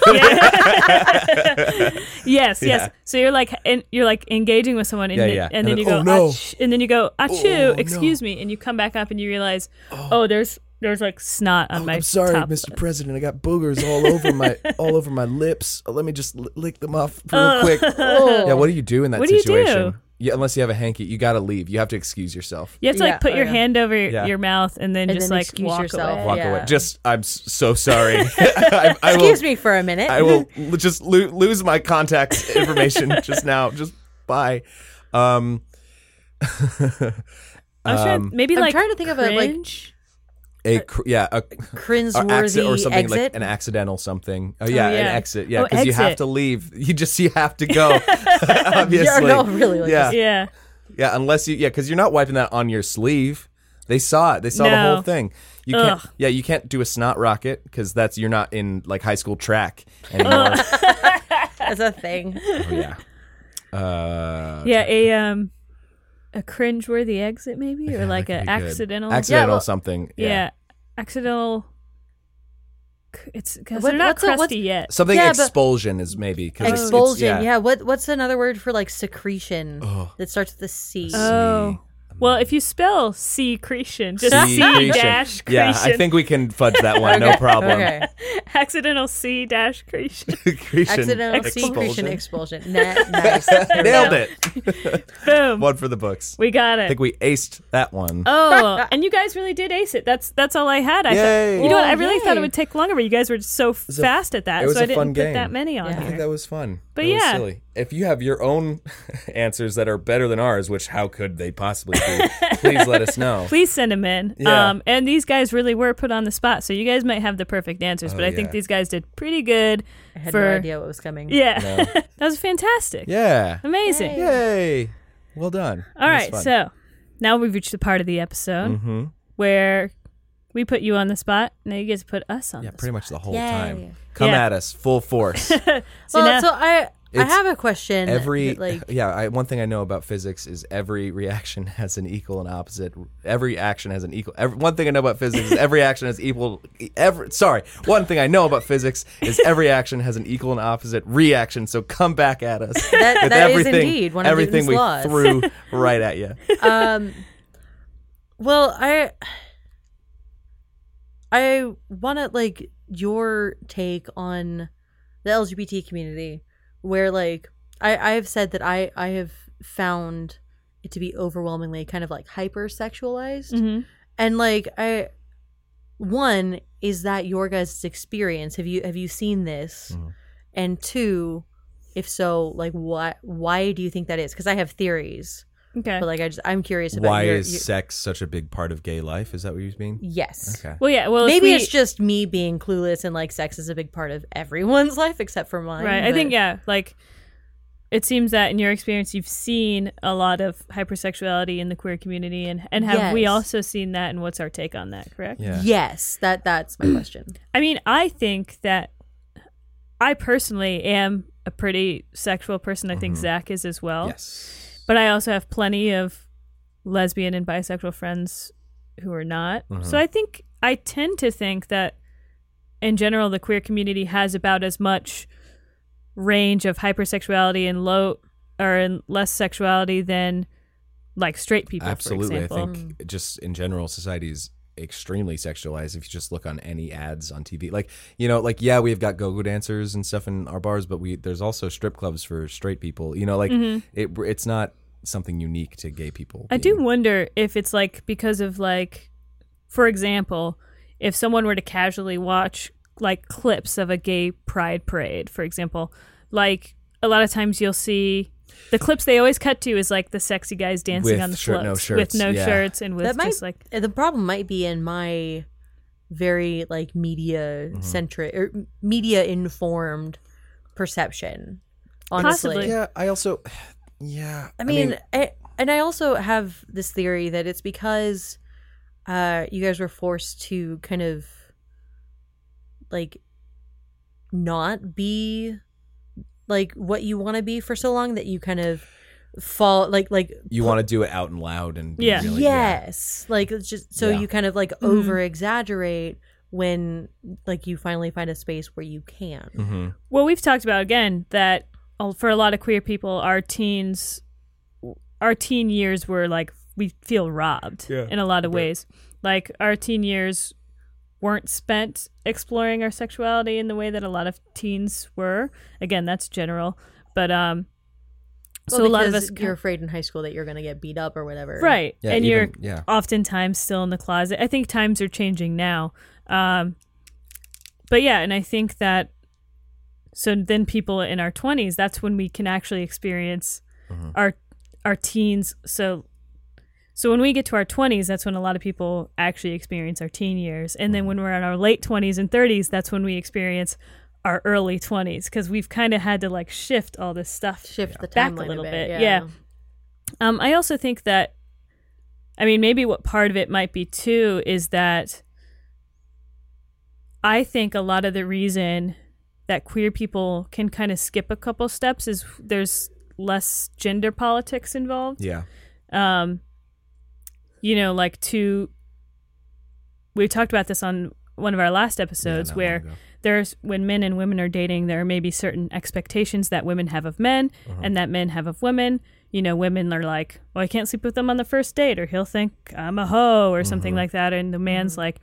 B: Yes, yes. So you're like and you're like engaging with someone, and,
A: Yeah,
B: then,
A: yeah.
B: and, then,
A: And
B: you
A: then,
B: go,
A: "Oh, no."
B: "Ach," and then you go,
A: Oh,
B: achoo, excuse me, and you come back up and you realize, oh, there's there's like snot on
A: Oh,
B: my
A: I'm sorry,
B: top.
A: Mr. President. I got boogers all over my all over my lips. Uh, Let me just li- lick them off real quick. (laughs) Yeah, what do you do in that
B: What do you
A: situation?
B: do?
A: Yeah, unless you have a hanky, you got to leave. You have to excuse yourself.
B: You have to like
C: Yeah,
B: put
C: oh,
B: your
C: yeah.
B: hand over your,
A: Yeah.
B: your mouth and then
C: And
B: just
C: then
B: like
C: excuse
B: walk
C: yourself.
B: away.
A: Walk
C: Yeah.
A: away. Just, I'm s- so sorry. (laughs) I, I
C: Oh, Excuse
A: will,
C: me for a minute.
A: I
C: (laughs)
A: will l- just lo- lose my contact information just now. Just bye. Um,
B: I was trying, maybe
C: I'm
B: like
C: trying to think of a, like,
B: cringe.
A: a cr- yeah, a, a
C: Cringeworthy
A: exit or something
C: exit.
A: like an
C: (laughs)
A: accidental something. Oh yeah, an
B: yeah.
A: exit. Yeah,
B: Oh,
A: because you have
B: exit.
A: to leave. You just you have to go. (laughs) obviously.
C: no, really, like,
A: yeah,
B: (laughs) yeah.
A: yeah. Unless you yeah, because you're not wiping that on your sleeve. They saw it. They saw the
B: No.
A: whole thing. You can't.
B: Ugh.
A: Yeah, you can't do a snot rocket because that's you're not in like high school track anymore.
C: That's a
A: (laughs)
C: thing.
A: Oh, yeah. Uh,
B: Yeah, a um a cringe-worthy exit maybe or like
A: that
B: an
A: could be good.
B: accidental
A: accidental
C: Yeah, well-
A: something.
B: yeah.
A: Yeah.
B: accidental c- it's cuz
C: What-
B: they're not
C: what's a- what's-
B: crusty yet.
A: Something
C: Yeah, but-
A: expulsion is maybe because
C: Expulsion.
A: It's,
C: yeah. What What's another word for like secretion that starts with a C?
B: Oh. Well, if you spell secretion, just C
A: Secretion.
B: dash creation.
A: Yeah, I think we can fudge that one. no
C: Okay,
A: problem. (laughs)
C: Okay.
B: (laughs) accidental C dash creation.
A: Secretion.
C: Accidental
A: Expulsion.
C: secretion expulsion. Na- nice.
A: (laughs)
C: There we
A: Nailed
C: go.
A: it.
B: Boom.
A: One for the books.
B: We got
A: I
B: it.
A: think we aced that one.
C: (laughs)
B: Oh, and you guys really did ace it. That's that's all I had. I
A: Yay.
B: thought, you know what? I
C: Well,
B: really thought
C: yay.
B: it would take longer, but you guys were so
A: a-
B: fast at that,
A: it was
B: so
A: a
B: I didn't
A: fun
B: put
A: game.
B: that many on
C: Yeah.
A: I think
B: here.
A: that was fun.
B: But
A: That was
B: yeah.
A: silly. If you have your own (laughs) answers that are better than ours, which how could they possibly be? please let us know.
B: (laughs) Please send them in.
A: Yeah.
B: Um, and these guys really were put on the spot, so you guys might have the perfect answers. but I think
A: Oh, yeah.
B: these guys did pretty good.
C: I
A: (laughs)
C: had
B: for
C: no idea what was coming.
B: yeah, (laughs) that was fantastic.
A: Yeah.
B: Amazing.
A: Yay. Well done.
B: All right, so now we've reached the part of the episode
A: Mm-hmm.
B: where we put you on the spot. Now you get to put us on.
A: Yeah,
B: the
A: pretty much the whole
C: Yay.
A: time. Come
B: Yeah. (laughs)
A: at us full force.
B: spot. So
C: Well,
B: now-
C: so I I have a question.
A: every
C: that, (laughs) like
A: yeah I, one thing i know about physics is every reaction (laughs) has an equal and opposite every action has an equal every, one thing i know about physics is every action has equal e, every sorry one thing i know about physics is every action has an equal and opposite reaction so come back at us (laughs)
B: (laughs)
C: That-
A: with
C: (laughs) that is
A: everything
C: indeed one of
A: everything
C: Newton's
A: we
C: laws. (laughs)
A: threw right at you
C: um well i i want to like your take on the lgbt community where like i i've said that i i have found it to be overwhelmingly kind of like hypersexualized
B: hmm
C: and like i one is that your guys' experience have you have you seen this
A: Mhm.
C: and two if so like why why do you think that is because i have theories
B: Okay.
C: but like I just I'm curious about
A: why
C: your,
A: is
C: your-
A: sex such a big part of gay life is that what you mean
C: yes.
A: okay
B: Well, yeah. Well, if
C: Maybe
B: we-
C: it's just me being clueless and like sex is a big part of everyone's (laughs) life except for mine.
B: right. I think
C: but-
B: yeah. Like, it seems that in your experience, you've seen a lot of hypersexuality in the queer community, and and have we
C: Yes.
B: also seen that? And what's our take on that? Correct.
A: yeah
C: Yes, that
A: (clears throat)
C: that's my question.
B: I mean, I think that I personally am a pretty sexual person. I think Zach is as well.
A: Mm-hmm. yes
B: But I also have plenty of lesbian and bisexual friends who are not.
A: Mm-hmm.
B: So I think I tend to think that in general the queer community has about as much range of hypersexuality and low or in less sexuality than like straight people. for
A: Absolutely. I
B: example.
A: think
C: um,
A: just in general, society is extremely sexualized if you just look on any ads on TV. Like, you know, like yeah, we've got go-go dancers and stuff in our bars, but we there's also strip clubs for straight people. You know, like
C: Mm-hmm.
A: it it's not something unique to gay people.
B: I do
A: being-
B: wonder if it's like because of like, for example, if someone were to casually watch like clips of a gay pride parade, for example, like a lot of times you'll see the clips they always cut to is like the sexy guys dancing
A: With
B: on the
A: shirt- no
B: floats
A: shirts,
B: with no
A: yeah.
B: shirts and with
C: That might
B: just like
C: Uh, the problem might be in my very like media
A: Mm-hmm.
C: centric or media informed perception. Honestly.
B: Possibly.
A: Yeah, I also (sighs) yeah.
C: I mean, I, and I also have this theory that it's because uh, you guys were forced to kind of like not be like what you want to be for so long that you kind of fall like like
A: you want to do it out and loud and be
B: Yeah. Mm-hmm.
A: really-
C: yes like it's just so
A: Yeah.
C: you kind of like over exaggerate when like you finally find a space where you can
A: Mhm.
B: Well, we've talked about again that uh, for a lot of queer people, our teens, our teen years were like we feel robbed
A: Yeah,
B: in a lot of ways. Like our teen years weren't spent exploring our sexuality in the way that a lot of teens were. Again, that's general, but um, so
C: Well,
B: a lot of us
C: because you're afraid in high school that you're going to get beat up or whatever
B: right,
A: Yeah,
B: and
A: even-
B: you're
A: yeah.
B: oftentimes still in the closet. I think times are changing now. Um, but yeah, and I think that so then people in our 20s, that's when we can actually experience our our teens. So so when we get to our 20s, that's when a lot of people actually experience our teen years. And then when we're in our late 20s and 30s, that's when we experience our early 20s because we've kind of had to like shift all this stuff
C: shift the timeline
B: Back a little bit,
C: bit
B: yeah. um, I also think that, I mean, maybe what part of it might be too is that I think a lot of the reason that queer people can kind of skip a couple steps is there's less gender politics involved
A: Yeah.
B: um you know like to we talked about this on one of our last episodes
A: not long
B: where
A: ago.
B: there's when men and women are dating there are maybe certain expectations that women have of men
A: Uh-huh.
B: and that men have of women you know women are like well i can't sleep with them on the first date or he'll think i'm a hoe or something
A: Mm-hmm.
B: like that and the man's like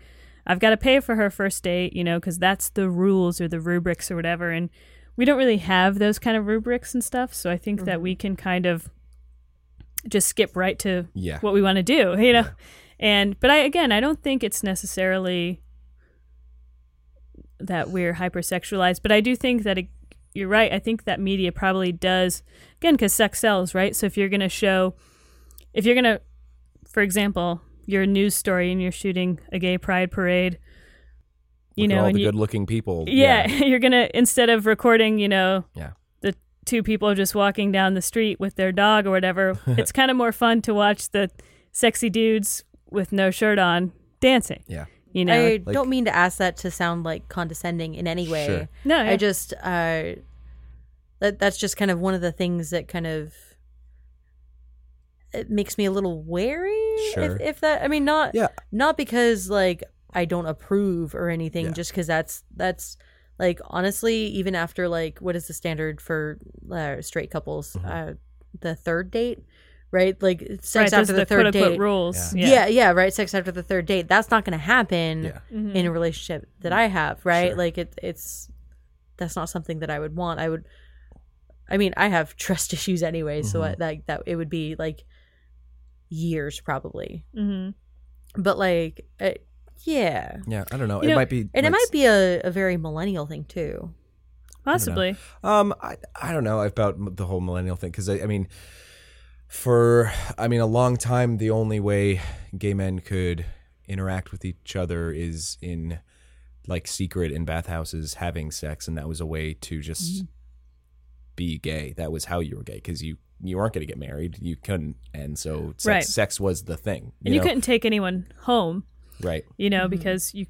B: i've got to pay for her first date you know because that's the rules or the rubrics or whatever and we don't really have those kind of rubrics and stuff so i think that we can kind of just skip right to
A: Yeah.
B: what we want to do, you know. And but I again, I don't think it's necessarily that we're hypersexualized, but I do think that it, you're right. I think that media probably does again cuz sex sells, right? So if you're going to show if you're going to for example, you're a news story and you're shooting a gay pride parade, you
A: Look at
B: know,
A: all
B: and
A: the
B: you,
A: good-looking people.
B: yeah, (laughs) you're going to instead of recording, you know,
A: Yeah.
B: the two people just walking down the street with their dog
A: (laughs)
B: or whatever, it's kind of more fun to watch the sexy dudes with no shirt on dancing.
A: Yeah.
B: You know,
C: I
B: like-
C: don't mean to ask that to sound like condescending in any way.
A: Sure.
B: no, yeah.
C: I just uh that that's just kind of one of the things that kind of it makes me a little wary.
E: Sure.
C: If, if that, I mean, not
E: Yeah.
C: not because like I don't approve or anything,
E: Yeah.
C: just because that's that's like honestly, even after like what is the standard for uh, straight couples?
E: Mm-hmm.
C: Uh, the third date, right? Like
B: right,
C: sex
B: those
C: after
B: are
C: the,
B: the
C: third
B: quote-unquote
C: date.
B: rules.
C: Yeah. yeah, right. Sex after the third date. That's not going to happen
E: Yeah.
B: Mhm.
C: in a relationship that
A: Mm,
C: I have, right?
E: Sure.
C: Like it, it's that's not something that I would want. I would, I mean, I have (laughs) trust issues anyway, so I,
A: Mm-hmm.
C: like that it would be like years probably,
B: Mhm.
C: but like, it, yeah,
A: Yeah, I don't know.
B: You
A: it
B: know,
A: might be,
C: and
A: like,
C: it might be a, a very millennial thing too.
B: Possibly.
A: Um, I, I don't know about m- the whole millennial thing because I, I mean, for I mean, a long time the only way gay men could interact with each other is in like secret in bathhouses having sex, and that was a way to
B: Mm-hmm.
A: just be gay. That was how you were gay because you you weren't going to get married, you couldn't, and so sex,
B: Right.
A: sex was the thing.
B: And you
A: know?
B: couldn't take anyone home,
A: right?
B: you
C: Mm-hmm.
B: know, because you.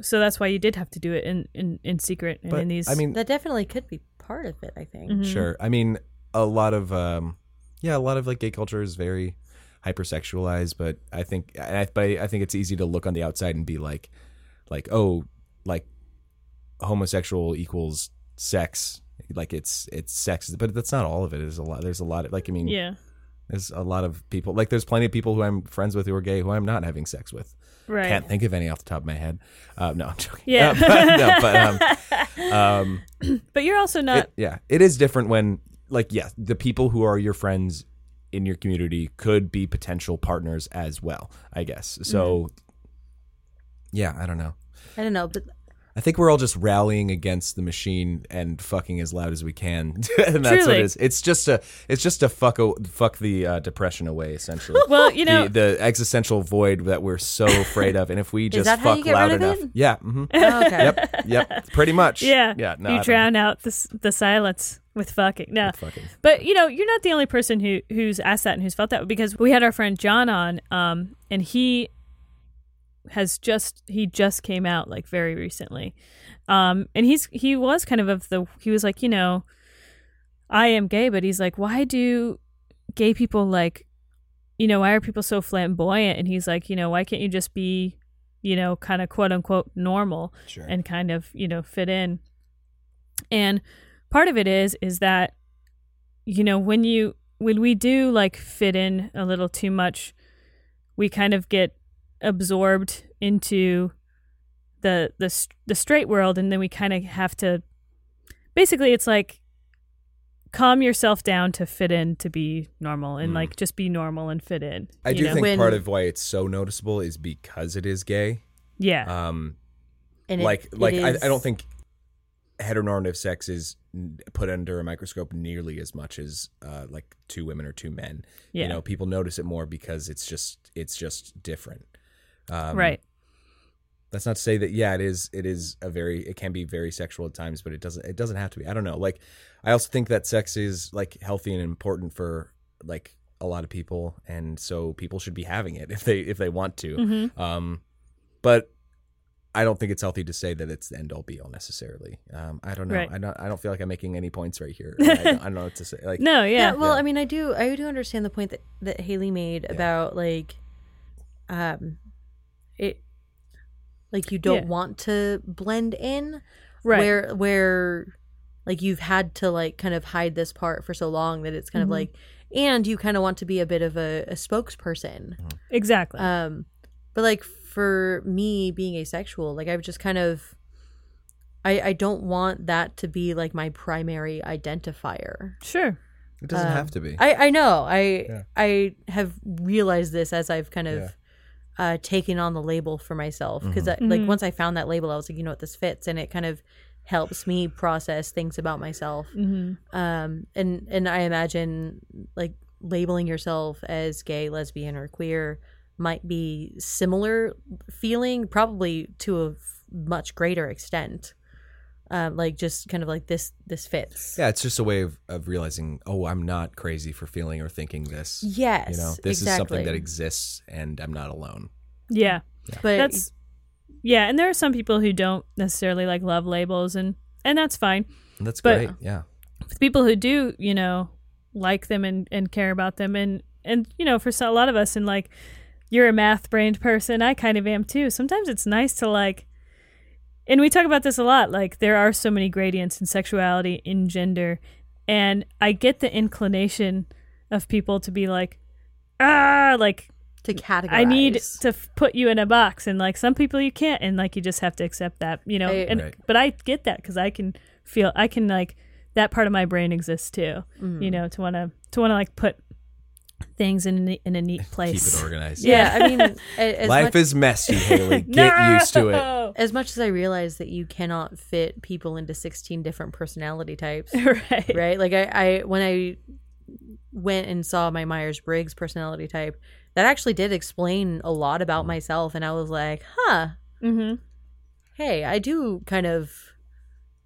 B: So that's why you did have to do it in in, in secret and
A: But
B: in these. mm.
A: I mean,
C: That definitely could be part of it. I think.
A: Sure. I mean, a lot of um, yeah, a lot of like gay culture is very hypersexualized, but I think, I, but I, I think it's easy to look on the outside and be like, like oh, like homosexual equals sex, like it's it's sex, but that's not all of it. There's a lot. There's a lot of like I mean,
B: yeah,
A: there's a lot of people like there's plenty of people who I'm friends with who are gay who I'm not having sex with.
B: right.
A: Can't think of any off the top of my head. Uh, no, I'm joking.
B: Yeah.
A: (laughs) Uh, but, no,
B: (laughs)
A: but um, um,
B: but you're also not.
A: it- yeah, it is different when, like, yes, the people who are your friends in your community could be potential partners as well. I guess so. Yeah, I don't know.
C: I don't know, but
A: I think we're all just rallying against the machine and fucking as loud as we can, (laughs) and that's what
B: Truly.
A: it is. It's just a, it's just a fuck, o- fuck the uh, depression away, essentially.
B: (laughs) well, you know,
A: the, the existential void that we're
B: (laughs)
A: so afraid of, and if we just
C: that how
A: fuck
C: you get
A: loud
C: rid of
A: enough,
C: it?
A: yeah, hmm
C: oh, okay.
A: yep, yep, pretty much,
B: (laughs) yeah,
A: yeah. No, I
B: you
A: don't-
B: drown out the s- the silence with fucking. No,
A: fucking.
B: But you know, you're not the only person who who's asked that and who's felt that because we had our friend John on, um, and he has just he just came out like very recently, um, and he's he was kind of of the he was like you know, I am gay, but he's like, why do gay people like, you know, why are people so flamboyant? And he's like, you know, why can't you just be, you know, kind of quote unquote normal
A: Sure.
B: and kind of you know fit in, and part of it is is that you know when you when we do like fit in a little too much we kind of get absorbed into the the s- the straight world and then we kind of have to basically it's like calm yourself down to fit in to be normal and like just be normal and fit in
A: Mm. I
B: you
A: do
B: know?
A: think
C: When-
A: part of why it's so noticeable is because it is gay.
B: yeah
A: Um,
C: And it-
A: like
C: it
A: like I,
C: is-
A: I don't think heteronormative sex is n- put under a microscope nearly as much as uh, like two women or two men.
B: Yeah.
A: You know, people notice it more because it's just it's just different. Um,
B: right
A: That's not to say that yeah, it is it is a very it can be very sexual at times, but it doesn't it doesn't have to be. I don't know. Like I also think that sex is like healthy and important for like a lot of people and so people should be having it (laughs) if they if they want to.
B: Mhm.
A: Um, but I don't think it's healthy to say that it's the end all be all necessarily. Um, I don't know.
B: Right.
A: I don't. I don't feel like I'm making any points right here. I don't, I don't know what to say. Like,
B: no yeah,
C: Yeah, well,
A: Yeah.
C: I mean, I do, I do understand the point that that Haley made about like, um, it, like you don't
B: Yeah.
C: want to blend in,
B: right
C: Where where, like you've had to like kind of hide this part for so long that it's kind
B: Mhm.
C: of like, and you kind of want to be a bit of a, a spokesperson.
B: exactly
C: Um, but like for me being asexual, like I've just kind of, I I don't want that to be like my primary identifier.
B: sure
A: it doesn't
C: um,
A: have to be.
C: I, I know. I
A: Yeah.
C: I have realized this as I've kind of
A: Yeah.
C: uh, taken on the label for myself
A: Mm-hmm.
C: because like
B: Mhm.
C: once I found that label, I was like, you know what, this fits, and it kind of helps me process things about myself.
B: hmm
C: Um, and and I imagine like labeling yourself as gay, lesbian, or queer might be similar feeling, probably to a f- much greater extent. Um, like just kind of like this this fits.
A: yeah, it's just a way of, of realizing. Oh, I'm not crazy for feeling or thinking this.
C: Yes,
A: you know, this is
C: exactly.
A: something that exists, and I'm not alone.
B: yeah
C: But
B: that's yeah and there are some people who don't necessarily like love labels and and that's fine
A: And that's
B: But-
A: great. Yeah.
B: for the people who do, you know, like them and, and care about them and and you know, for so, a lot of us and like you're a math brained person, I kind of am too. Sometimes it's nice to like and we talk about this a lot, like there are so many gradients in sexuality in gender and I get the inclination of people to be like ah like
C: to categorize.
B: I need to f- put you in a box, and like some people you can't, and like you just have to accept that, you know.
C: I-
B: and
A: Right.
B: but I get that because I can feel I can like that part of my brain exists too,
C: Mm.
B: you know, to want to to want to like put things in a, ne- in a neat
A: Keep
B: place.
A: it organized.
C: Yeah, (laughs) I mean, a- as
A: Life
C: much,
A: is messy, Haley.
B: (laughs)
A: Get
B: No! (laughs)
A: used to it.
C: as much as I realize that you cannot fit people into 16 different personality (laughs) types,
B: right.
C: right? Like I, I when I went and saw my Myers Briggs personality type, that actually did explain a lot about myself, and I was like, huh,
B: hmm
C: Mm-hmm. hey, I do kind of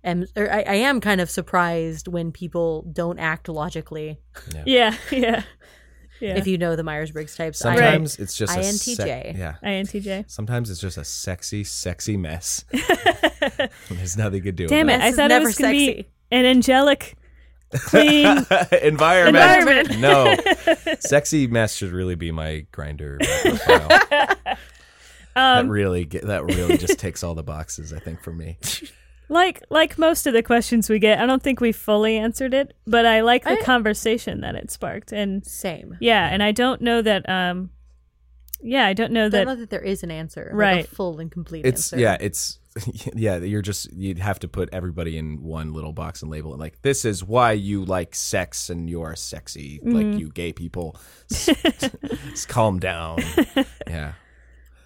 C: am, or I, I am kind of surprised when people don't act logically.
B: Yeah. Yeah. Yeah.
C: If you know the Myers Briggs types, I-
A: Sometimes it's just a
C: INTJ.
A: sec- yeah.
B: INTJ.
A: Sometimes it's just a sexy, sexy mess. There's nothing you can do.
B: Damn it!
A: about
B: I
C: This is
B: thought it
C: never
B: was gonna be
C: sexy.
B: an angelic, clean
A: it. (laughs) Environment.
B: environment.
A: No. Sexy mess should really be my grinder. profile. that really get, that really just takes all the boxes, I think, for me.
B: Like like most of the questions we get, I don't think we fully answered it, but I like the
C: I-
B: conversation that it sparked. And
C: same.
B: yeah, and I don't know that um yeah, I don't know
C: I
B: that
C: don't know that there is an answer, like
B: Right.
C: a full and complete.
A: It's
C: answer.
A: yeah, it's (laughs) yeah, you're just you'd have to put everybody in one little box and label it like this is why you like sex and you are sexy
B: Mm-hmm.
A: like you gay people. (laughs) just calm
B: (laughs)
A: down. Yeah.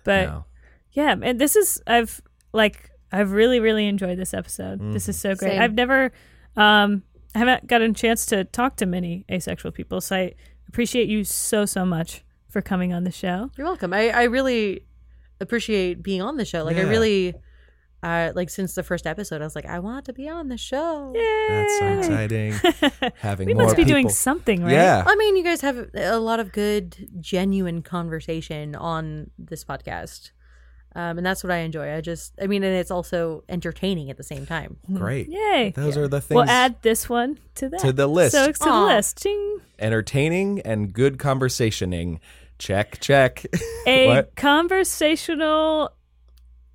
B: but
A: no.
B: yeah, and this is I've like I've really really enjoyed this episode.
A: Mm.
B: This is so great.
C: Same.
B: I've never um I haven't gotten a chance to talk to many asexual people, so I appreciate you so so much for coming on the show.
C: You're welcome. I, I really appreciate being on the show. Like I
A: Yeah.
C: really uh like since the first episode I was like I want to be on the show.
A: That's so
B: Yay! (laughs)
A: exciting. Having
B: We
A: more
B: must be
A: people.
B: doing something, right? Mm-hmm.
A: Yeah.
C: I mean, you guys have a lot of good genuine conversation on this podcast. Um, and that's what I enjoy. I just I mean and it's also entertaining at the same time.
A: Great.
B: Yay.
A: Those are the things
B: We'll add this one to that.
A: to the list.
B: So it's to the
C: Aw.
B: list. Ching.
A: entertaining and good conversationing. Check, check. (laughs)
B: A
A: What?
B: conversational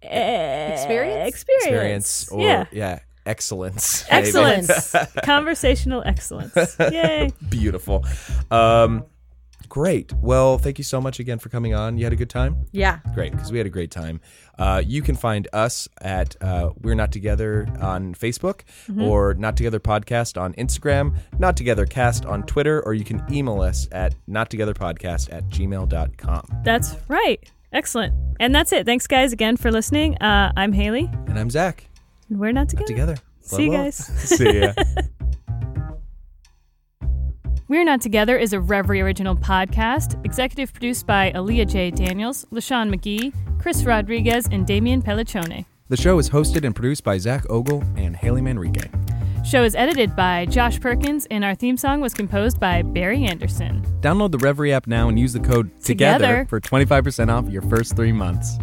B: eh,
C: Experience?
B: Experience.
A: Experience or
B: yeah.
A: excellence. maybe.
B: Excellence.
A: (laughs)
B: Conversational excellence. Yay.
A: Beautiful. Um, great. Well, thank you so much again for coming on. You had a good time?
C: Yeah.
A: Great, because we had a great time. Uh, you can find us at uh, We're Not Together on Facebook
B: Mm-hmm.
A: or Not Together Podcast on Instagram, Not Together Cast on Twitter, or you can email us at nottogetherpodcast at gmail.com.
B: That's right. Excellent. And that's it. Thanks, guys, again for listening. Uh, I'm Haley,
A: And I'm Zach.
B: and we're not together.
A: Together.
B: See you
A: Blah,
F: (laughs)
A: blah.
B: guys.
A: (laughs) See ya.
B: We're Not Together is a Reverie Original podcast, executive produced by Aaliyah J. Daniels, LaShawn McGee, Chris Rodriguez, and Damian Pelliccione.
F: The show is hosted and produced by Zach Ogle and Haley Manrique.
B: Show is edited by Josh Perkins, and our theme song was composed by Barry Anderson.
F: Download the Reverie app now and use the code TOGETHER
B: Together.
F: for 25% off your first three months.